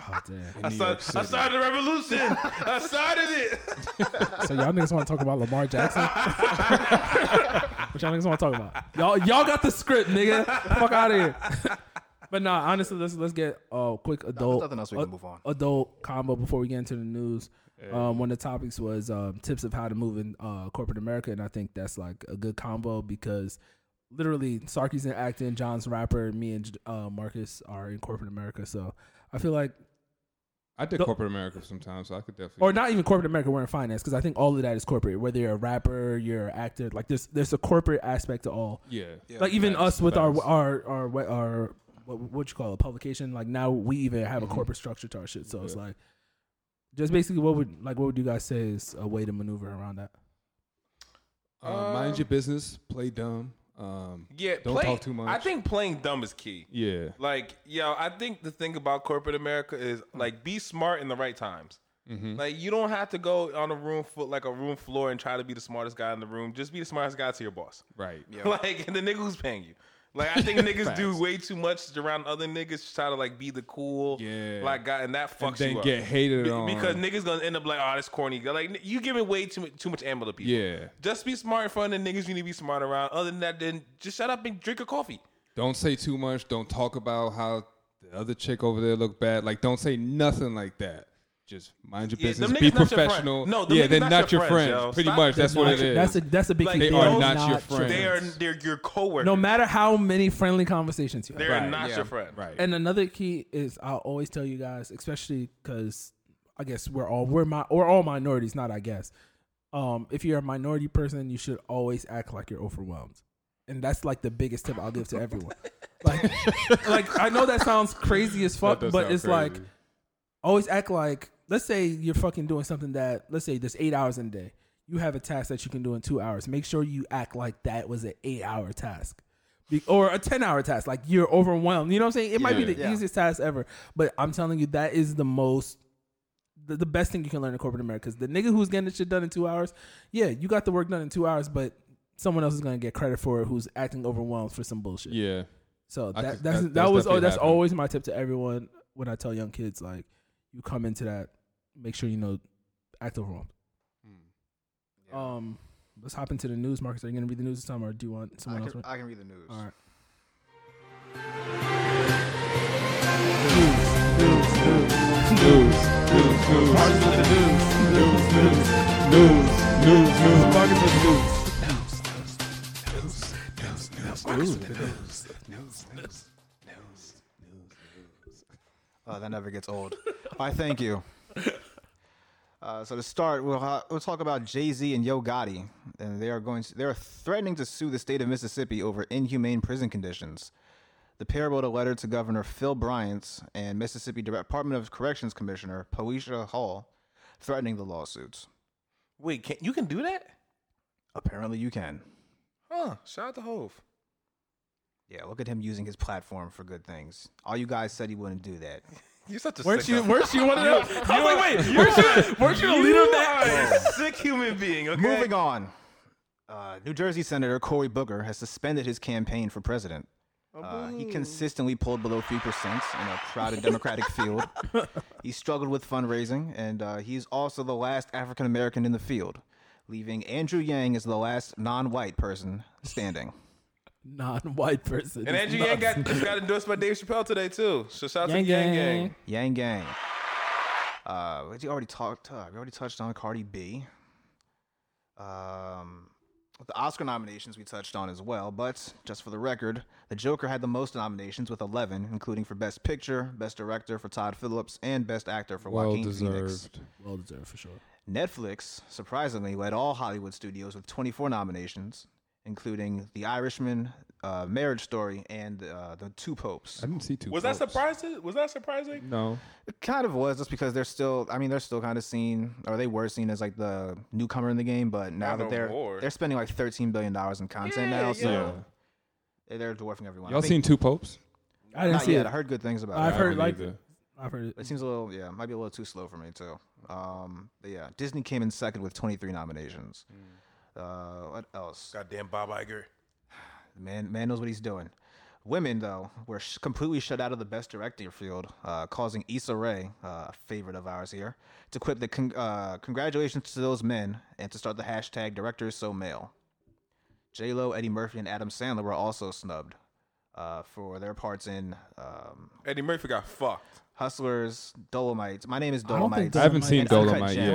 in
Oh, damn.
New
I
York
started, I
City?
started the revolution. I started it.
So y'all niggas want to talk about Lamar (laughs) Jackson? what y'all niggas want to talk about? Y'all, y'all got the script, nigga. Fuck out of here. (laughs) but nah, honestly, let's let's get a uh, quick adult
nothing else we
a-
can move on.
adult combo before we get into the news. Um, one of the topics was um, tips of how to move in uh, corporate America, and I think that's like a good combo because literally Sarkis in acting, John's rapper, me and uh, Marcus are in corporate America, so I feel like
I did
The-
corporate America sometimes, so I could definitely.
or not even corporate America. We're in finance because I think all of that is corporate. Whether you're a rapper, you're an actor, like there's there's a corporate aspect to all.
yeah.
like even
facts,
us with our
facts.
our our our, our what, what you call it publication. Like now we even have
Mm-hmm.
a corporate structure to our shit. So it's like just basically what would like what would you guys say is a way to maneuver around that?
Uh, mind your
um,
business. Play dumb. Um,
Yeah,
Don't
play-
talk too much.
I think playing dumb is key.
Yeah.
Like, yo, I think the thing about corporate America is like be smart in the right times.
Mm-hmm.
Like, you don't have to go on a room fo- like a room floor and try to be the smartest guy in the room. Just be the smartest guy to your boss.
Right.
(laughs) Like, and the nigga who's paying you. Like,
(laughs)
I think niggas do way too much around other niggas to try to like be the cool,
Yeah.
like guy, and that fucks
And then
you
get
up.
hated
Be-
on.
because niggas gonna end up like, oh, this corny. guy." Like, you giving way too much, too much ammo to people.
Yeah.
Just be smart in front of the niggas you need to be smart around. Other than that, then just shut up and drink a coffee.
Don't say too much. Don't talk about how the other chick over there look bad. Like, don't say nothing like that. Just mind your
Yeah,
business.
them
Be
niggas not your friend.
professional.
No, them
yeah,
niggas
they're
not
not
your
your
friends,
friends.
yo.
Pretty
Stop
much.
that.
That's what it is.
That's a that's a big
Like,
thing.
they
are
all
not your friends.
They are
Friends.
they're your coworkers.
No matter how many friendly conversations you have.
they're
Right,
not
yeah.
your friend.
right.
And another key is I'll always tell you guys, especially because I guess we're all we're my we're all minorities, not I guess. Um, if you're a minority person, you should always act like you're overwhelmed, and that's like the biggest tip I'll give to everyone. like, like I know that sounds crazy as fuck,
That does
but
sound
it's like
crazy.
always act like let's say you're fucking doing something that let's say there's eight hours in a day you have a task that you can do in two hours make sure you act like that was an eight hour task Be- or a 10 hour task like you're overwhelmed you know what i'm saying it might be
Yeah.
the
Yeah.
easiest task ever but i'm telling you that is the most the, the best thing you can learn in corporate america is the nigga who's getting this shit done in two hours yeah you got the work done in two hours but someone else is gonna get credit for it who's acting overwhelmed for some bullshit
yeah.
so
I
that,
could-
that's,
that-
that
that's
was oh
definitely
that's
happened.
always my tip to everyone when I tell young kids like you come into that, make sure you know act overwhelmed. Um, let's hop into the news, Marcus. Are you gonna read the news this time, or do you want
I
someone else?
can,
to-
I can read the news.
All right. (laughs)
Oh, that never gets old. I thank you. Uh, so to start, we'll, ha- we'll talk about Jay Z and Yo Gotti, and they are going. To, they are threatening to sue the state of Mississippi over inhumane prison conditions. The pair wrote a letter to Governor Phil Bryant and Mississippi Department of Corrections Commissioner Poesha Hall, threatening the lawsuits.
Wait, can you can do that?
Apparently, you can.
Huh. Shout out to Hove.
Yeah, look at him using his platform for good things. All you guys said he wouldn't do that.
You're such a
(laughs)
Weren't
sick
you?
ass-
Weren't you one of them? I was like, wait,
you
weren't
are-
you? Weren't you a leader of that?
are a sick human being. Okay.
Moving on. Uh, New Jersey Senator Cory Booker has suspended his campaign for president. Uh, he consistently pulled below 3% in a crowded Democratic (laughs) field. He struggled with fundraising, and uh, he's also the last African American in the field, leaving Andrew Yang as the last non white person standing.
Non-white person.
And
is
Andrew Yang
nuts. (laughs)
got, just got endorsed by Dave Chappelle today too. So shout out
Yang
to Yang
Yang.
Yang.
Yang Gang. Uh, what you already talked. Uh, we already touched on Cardi B. Um, the Oscar nominations we touched on as well, but just for the record, The Joker had the most nominations with 11, including for Best Picture, Best Director for Todd Phillips, and Best Actor for
Well
Joaquin Phoenix.
deserved.
Well deserved for sure.
Netflix, surprisingly, led all Hollywood studios with 24 nominations, including The Irishman, uh, Marriage Story, and uh, The Two Popes.
I didn't see two.
Was that
votes.
surprising? Was that surprising?
No.
It kind of was, just because they're still, I mean, they're still kind of seen, or they were seen as like the newcomer in the game, but now
Not
that
no
they're
more.
they're spending like $13 billion in content now, so they're dwarfing everyone. I
Y'all
think-
seen two popes?
I didn't
Not
see
yet.
it.
I heard good things about
I've
it.
haven't
heard like
either.
I've heard it.
It seems a little, yeah, might be a little too slow for me too. Um, but yeah, Disney came in second with 23 nominations.
Hmm.
Uh, what else?
Goddamn Bob Iger.
The Man, man knows what he's doing. Women though were sh- completely shut out of the best director field, uh, causing Issa Rae, uh, a favorite of ours here, to quip the con- uh, congratulations to those men and to start the hashtag directors so male. J Lo, Eddie Murphy, and Adam Sandler were also snubbed uh, for their parts in um,
Eddie Murphy got fucked.
"Oh,
um, Uh, Uh, Um, uh, Uh, Um, uh,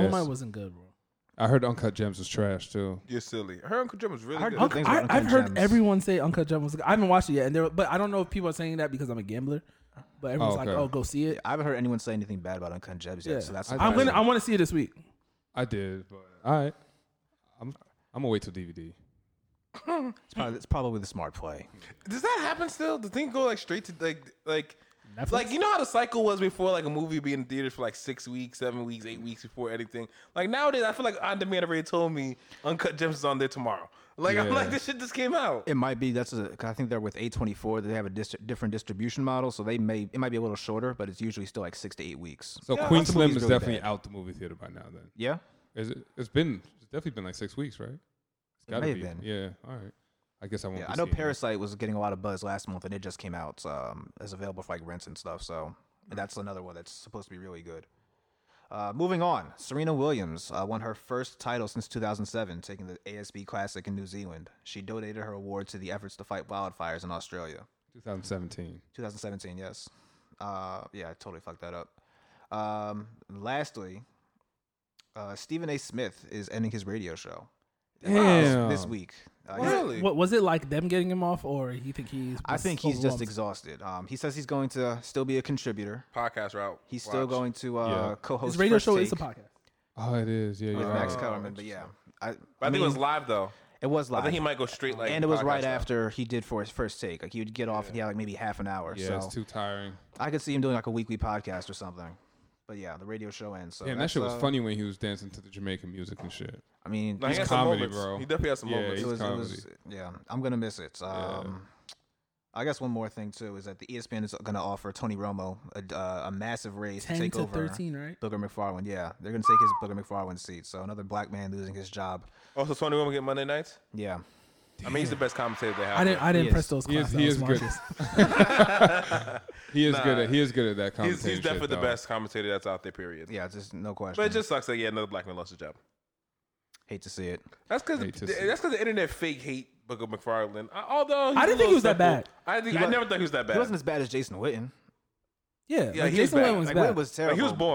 Oh,
uh, Um, E uh,
(laughs)
um,
(laughs)
uh,
um, Um,
Oh.
uh, So
(laughs) Yeah, I'm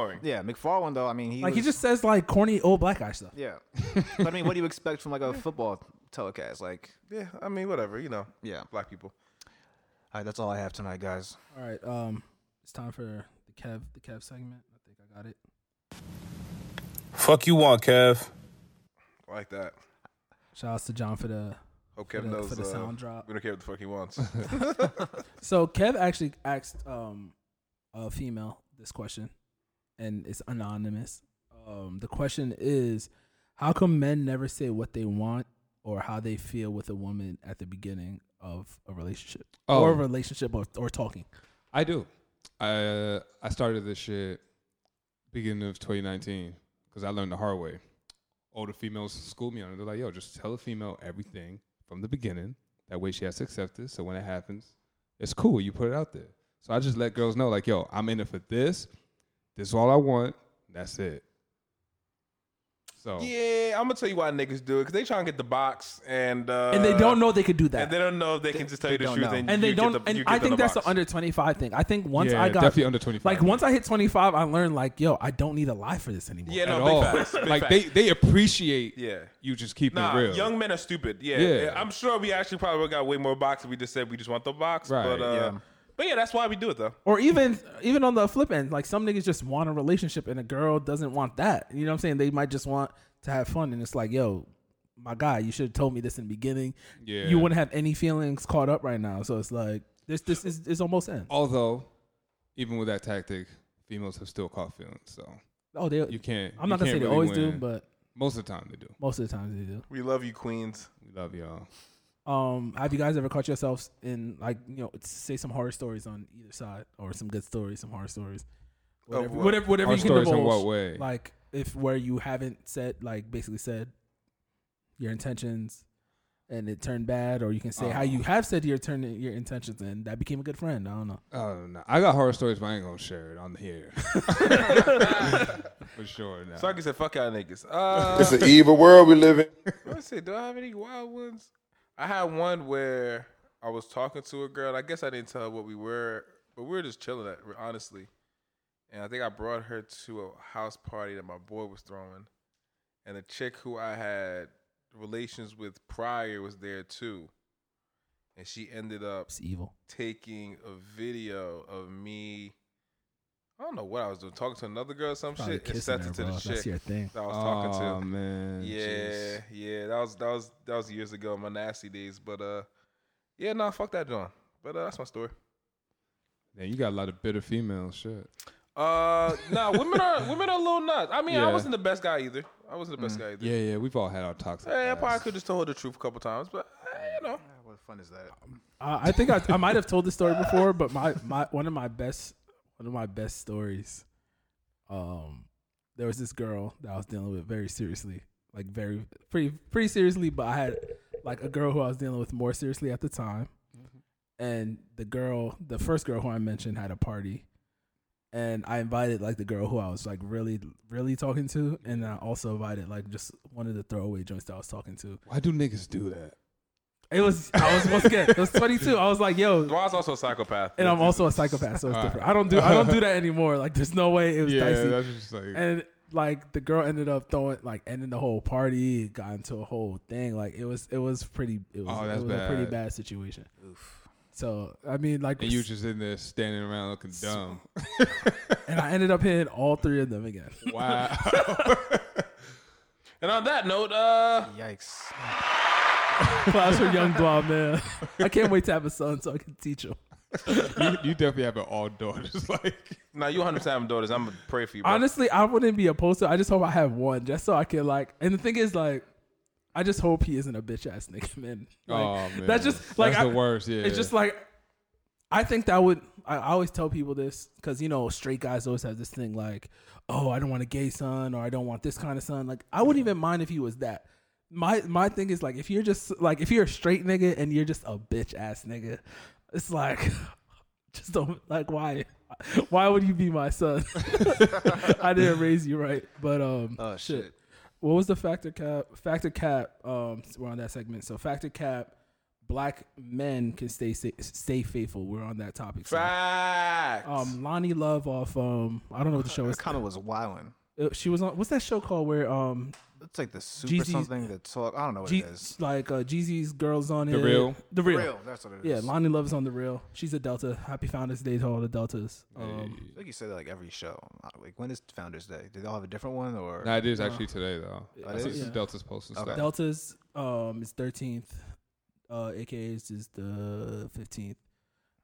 gonna tell you why niggas do it because they try and get the box and uh,
and they don't know they could do that.
and they don't know if they, can just tell you the
don't
truth
know.
and,
and
you
they
get
don't.
the- you
and
get
I
the
think that's
box.
the under twenty five thing. I think once
Yeah,
I got
definitely under 25.
Like once I hit twenty five, I learned like, yo, I don't need a lie for this anymore.
Yeah,
at
no, big
all.
facts. Big
like
facts.
they they appreciate
Yeah.
you just keeping
Nah,
it real.
young men are stupid. Yeah,
Yeah.
yeah, I'm sure we actually probably got way more boxes. We just said we just want the box,
Right,
but uh,
yeah.
but yeah, that's why we do it though.
Or even even on the flip end, like some niggas just want a relationship and a girl doesn't want that. You know what I'm saying? They might just want to have fun, and it's like, yo, my guy, you should have told me this in the beginning.
Yeah.
you wouldn't have any feelings caught up right now. So it's like this this is is almost
Oh,
end.
Although, even with that tactic, females have still caught feelings. So
Oh, they.
you can't.
I'm not
you
gonna say
can't really
they always do,
win.
but
most of the time they do.
most of the times they do.
We love you, Queens.
We love y'all.
Um, have you guys ever caught yourselves in like you know say some horror stories on either side or some good stories, some horror stories, whatever,
what?
whatever, whatever
Our
you can
stories in
divulge,
what way?
Like if where you haven't said like basically said your intentions and it turned bad, or you can say how
Oh.
you have said your turn your intentions and that became a good friend. I don't know.
Oh no, I got horror stories, but I ain't gonna share it on
(laughs)
here. (laughs) For sure. Nah.
(laughs) So I can say fuck y'all niggas. Uh,
It's an evil world we live in.
(laughs) Let's see. Do I have any wild ones? I had one where I was talking to a girl. and I guess I didn't tell her what we were, but we were just chilling at honestly. And I think I brought her to a house party that my boy was throwing, and the chick who I had relations with prior was there too. And she ended up
It's evil.
taking a video of me. I don't know what I was doing, talking to another girl or some
Probably
shit, and
kissing
sent
her,
it to
bro.
the
That's
chick
your thing.
that I was
oh
talking to.
man.
Yeah,
jeez.
yeah, that was that was that was years ago, in my nasty days. But uh, yeah, nah, fuck that, John. But uh, that's my story.
Man, you got a lot of bitter females. Shit.
Uh, nah, women
(laughs)
are women are a little nuts. I mean, I
Yeah.
wasn't the best guy either. I wasn't the
Mm,
best guy either.
Yeah, yeah. We've all had our toxic.
Hey, I probably
past.
could just told her the truth a couple times, but uh, you know,
Ah, What fun is that?
Uh, I think I, I might have told this story before, but my, my one of my best one of my best stories. Um, there was this girl that I was dealing with very seriously, like very pretty pretty seriously. But I had like a girl who I was dealing with more seriously at the time, and the girl, the first girl who I mentioned, had a party, and I invited like the girl who I was like really really talking to, and I also invited like just one of the throwaway joints that I was talking to.
Why do niggas do that?
It was I was once again it was twenty two. I was like, yo,
Ron's also a psychopath.
and I'm also a psychopath, so it's different. I don't do I don't do that anymore. Like there's no way it was dicey.
that's just like.
and like the girl ended up throwing like ending the whole party, got into a whole thing. Like it was it was pretty it was,
Oh,
it
that's
was a pretty
bad.
bad situation. So I mean like
and you just in there standing around looking dumb.
and I ended up hitting all three of them again. (laughs)
(laughs)
Wow.
And on that note, uh,
Yikes.
Class for young blonde man. I can't wait to have a son so I can teach him.
(laughs) you, you definitely have an all (laughs) daughters. Like,
now you understand my daughters. I'm gonna pray for you. Bro.
Honestly, I wouldn't be opposed to. it. I just hope I have one, just so I can like. And the thing is, like, I just hope he isn't a bitch ass nigga, man. Like,
oh man,
That's just like
that's
I-
the worst. Yeah,
It's just like I think that would. I I always tell people this because you know straight guys always have this thing like, oh, I don't want a gay son or I don't want this kind of son. Like I wouldn't even mind if he was that. My my thing is like if you're just like if you're a straight nigga and you're just a bitch ass nigga, it's like (laughs) just don't like why why would you be my son? (laughs) I didn't raise you right, but um
Oh, shit.
what was the factor cap? Factor cap. Um, we're on that segment. So factor cap. Black men can stay sa- stay faithful. We're on that topic. So,
Facts.
um, Lonnie Love off. Um, I don't know what the show
(laughs) That
is.
comment was wildin'.
Uh, She was on. What's that show called? Where um,
It's like the super
Jeezy's-
something that talk. I don't know what
G-
it is.
like uh, Jeezy's girls on
The
it.
Real?
The real.
Real. That's what it is.
Yeah, Lonnie Love's on the real. She's a Delta. Happy Founders Day to all the Deltas. Um,
I think you say that like every show. Like when is Founders Day? Do they all have a different one or?
Nah, it is actually today though.
That
I see
is?
some
Yeah.
Delta's posting
Okay.
stuff.
Deltas um is thirteenth. Uh AKA's is the fifteenth.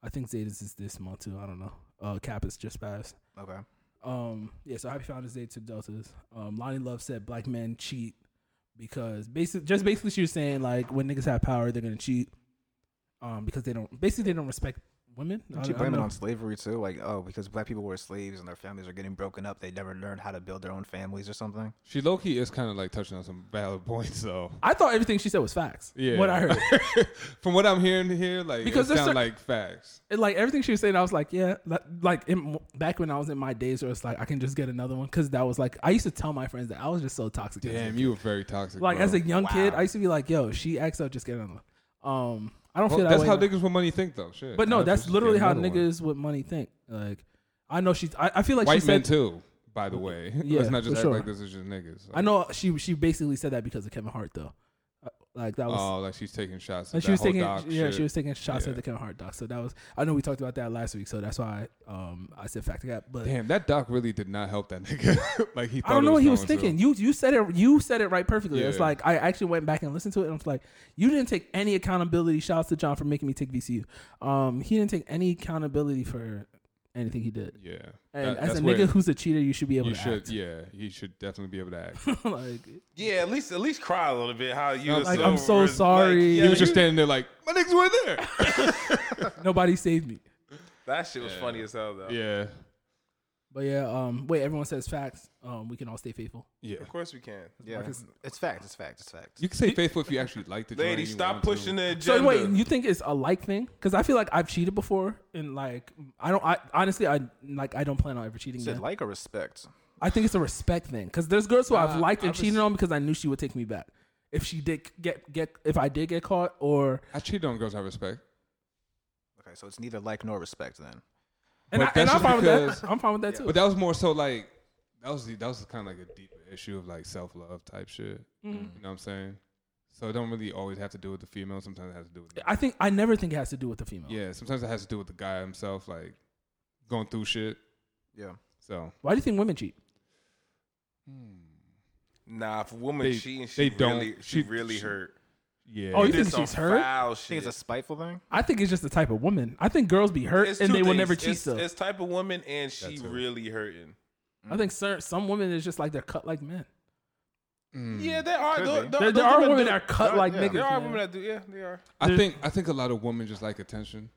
I think Zetas is this month too. I don't know. Uh Kappa's just passed.
Okay.
Um yeah, so happy Founders Day to Deltas. Um Lonnie Love said black men cheat because basically just basically she was saying like when niggas have power they're gonna cheat. Um because they don't basically they don't respect women. I-
She
I
blame it
know.
on slavery too, like oh, because black people were slaves and their families are getting broken up. They never learned how to build their own families or something.
She low key is kind of like touching on some valid (laughs) points though.
I thought everything she said was facts.
Yeah.
What I heard.
(laughs)
(laughs) From what I'm hearing here, like because it
Because there's
sounds
cer-
like facts.
And, like everything she was saying, I was like, yeah, li- like in, back when I was in my days where it's like I can just get another one because that was like I used to tell my friends that I was just so toxic. as a
Damn, you were very toxic.
like
bro.
as a young kid, I used to be like, "Yo, she acts up, just get another." one." Um, I don't
Well,
feel that
that's
way.
how
now.
niggas with money think though. Shit.
but no,
Honestly,
that's
just get
literally how
another one.
niggas with money think. Like, I know she's. I, I feel like she
White men
said.
too. By the way, (laughs)
Yeah,
let's not just
for
act
sure.
like this is just niggas.
I know she. She basically said that because of Kevin Hart, though. Uh, Like that was.
Oh, like she's taking shots. At
like
that
she was
whole
taking,
doc
yeah,
shit.
she was taking shots at
Yeah.
the Kevin Hart doc. So that was, I know we talked about that last week. So that's why, um, I said fact gap. But
Damn, that doc really did not help that (laughs) nigga. like he. Thought
I don't
it
know what he was
going
thinking.
too.
You you said it you said it right perfectly. It's
Yeah.
like I actually went back and listened to it and I was like, you didn't take any accountability. Shouts to John for making me take VCU. Um he didn't take any accountability for anything he did.
Yeah. That-
And as
that's
a
where
nigga who's a cheater, you should be able
you
to
should,
act.
yeah, he should definitely be able to act.
(laughs) like
Yeah, at least at least cry a little bit. How you?
No,
were
like,
I'm so
like,
sorry.
he
yeah,
was just
you-
standing there like my niggas were
(laughs)
there.
nobody saved me.
that shit was funny as hell though.
yeah.
But yeah, um wait, everyone says facts. Um we can all stay faithful.
Yeah.
Of course we can.
Yeah, it's fact. It's fact. It's fact.
You can say faithful if you actually like the
Lady, stop pushing the agenda.
So wait, you think it's a like thing? Because I feel like I've cheated before, and like I don't. I honestly, I like I don't plan on ever cheating
Is it
again.
like or respect?
I think it's a respect thing because there's girls who
Uh,
I've
Nah,
liked and
I was-
cheated on because I knew she would take me back if she did get get if I did get caught or
I cheated on girls I respect.
Okay, so it's neither like nor respect then.
and, I,
But
and
that's
I'm
just
fine with
because-
that. I'm fine with that too.
But that was more so like that was the, that was kind of like a deeper issue of like self love type shit.
Mm-hmm.
You know what I'm saying? So it don't really always have to do with the female. Sometimes it has to do with the,
I think I never think it has to do with the female.
yeah. Sometimes it has to do with the guy himself, like going through shit.
Yeah.
So
Why do you think women cheat?
nah, if a woman
They-
cheating,
they
she
don't-
really, she,
she-
really hurt.
yeah,
Oh, you
Did
think
some
she's hurt?
Foul
I think
shit.
it's a spiteful thing.
I think it's just the type of woman. I think girls be hurt
It's
and
two
they will
things.
never cheat.
It's,
Though
it's type of woman, and she
too.
really hurting.
I think cer some women is just like they're cut like men.
Mm.
Yeah, there are.
Could
tho-
be.
tho-
Hmm. There, there
those
are
women
women
do-
that are cut
there-
like
yeah.
niggas.
There are
man.
women that do. Yeah, they are.
I think I think a lot of women just like attention,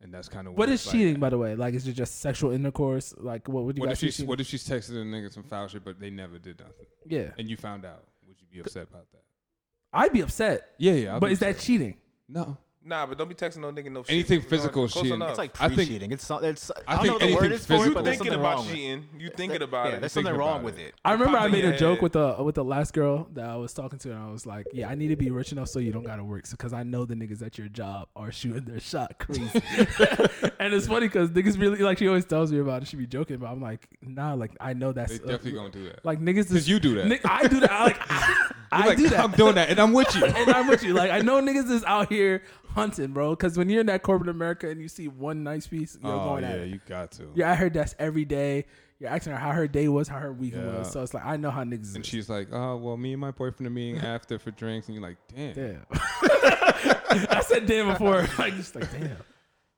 and that's kind of
What is
it's like. uh,
cheating, by the way? Like, is it just sexual intercourse? Like, what would you
What if
guys? think
she's
cheating-
what if she's texting a nigga some foul shit, but they never did nothing,
yeah,
and you found out? Would you be upset about that?
I'd be upset.
Yeah, yeah. I'll
but
be
is that
upset.
cheating?
no?
Nah, but don't be texting no nigga no shit.
Anything
You know,
physical is
close
cheating.
enough.
It's
It's like
I
pre
think-
cheating. It's not. It's I
think
don't know the
anything
word is for it,
physical-
but
You
there's
thinking
something
about
wrong. with it.
cheating. You thinking about
Yeah,
it.
there's something
Thinking
wrong
about
with
it.
it.
I remember I
Probably,
made a
yeah.
joke with the with the last girl that I was talking to, and I was like, "Yeah, I need to be rich enough so you don't gotta work, because I know the niggas at your job are shooting their shot crazy." (laughs) and it's funny because niggas really like she always tells me about it. She be joking, but I'm like, "Nah, like I know that's
They definitely gonna do that.
like niggas."
Because you do that.
Ni- I do that. I, like
(laughs)
I, I
You're like,
do that.
I'm doing that, and I'm with you.
(laughs) and I'm with you. Like I know niggas is out here hunting, bro. Because when you're in that corporate America and you see one nice piece, you're
oh
going
yeah,
at it.
you got to.
Yeah, I heard that's every day. You're asking her how her day was, how her week
Yeah.
was. So it's like I know how niggas.
And
is.
she's like, oh well, me and my boyfriend are
(laughs)
meeting after for drinks, and you're like, damn.
Damn. I said damn before. Like just like damn.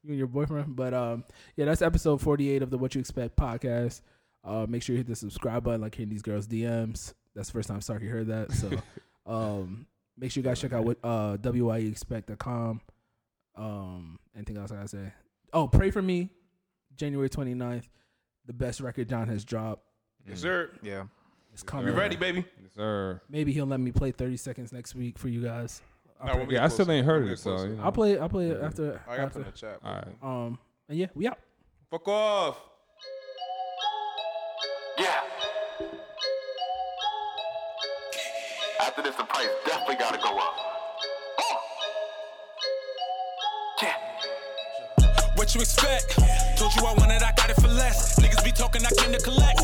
You and your boyfriend. But um yeah, that's episode forty eight of the What You Expect podcast. Uh make sure you hit the subscribe button, like hitting these girls DMs. That's the first time Sarky heard that. So um make sure you guys check out what uh WYEXpect.com. Um anything else I gotta say. Oh, pray for me. January 29th. The best record John has dropped.
Yes, sir.
Yeah.
It's coming.
You ready, baby?
Yes, sir.
Maybe he'll let me play 30 seconds next week for you guys.
Nah, we'll get
Yeah, I still
closer.
ain't heard
We'll
it,
get
so
closer.
you know.
I'll play I'll play it after,
I got to put it in
after
the chat.
All right.
um and yeah, we out.
Fuck off.
Yeah. After this, the price definitely gotta go up. Oh. Yeah.
What you expect? Told you I wanted, I got it for less. Niggas be talking, I came to collect.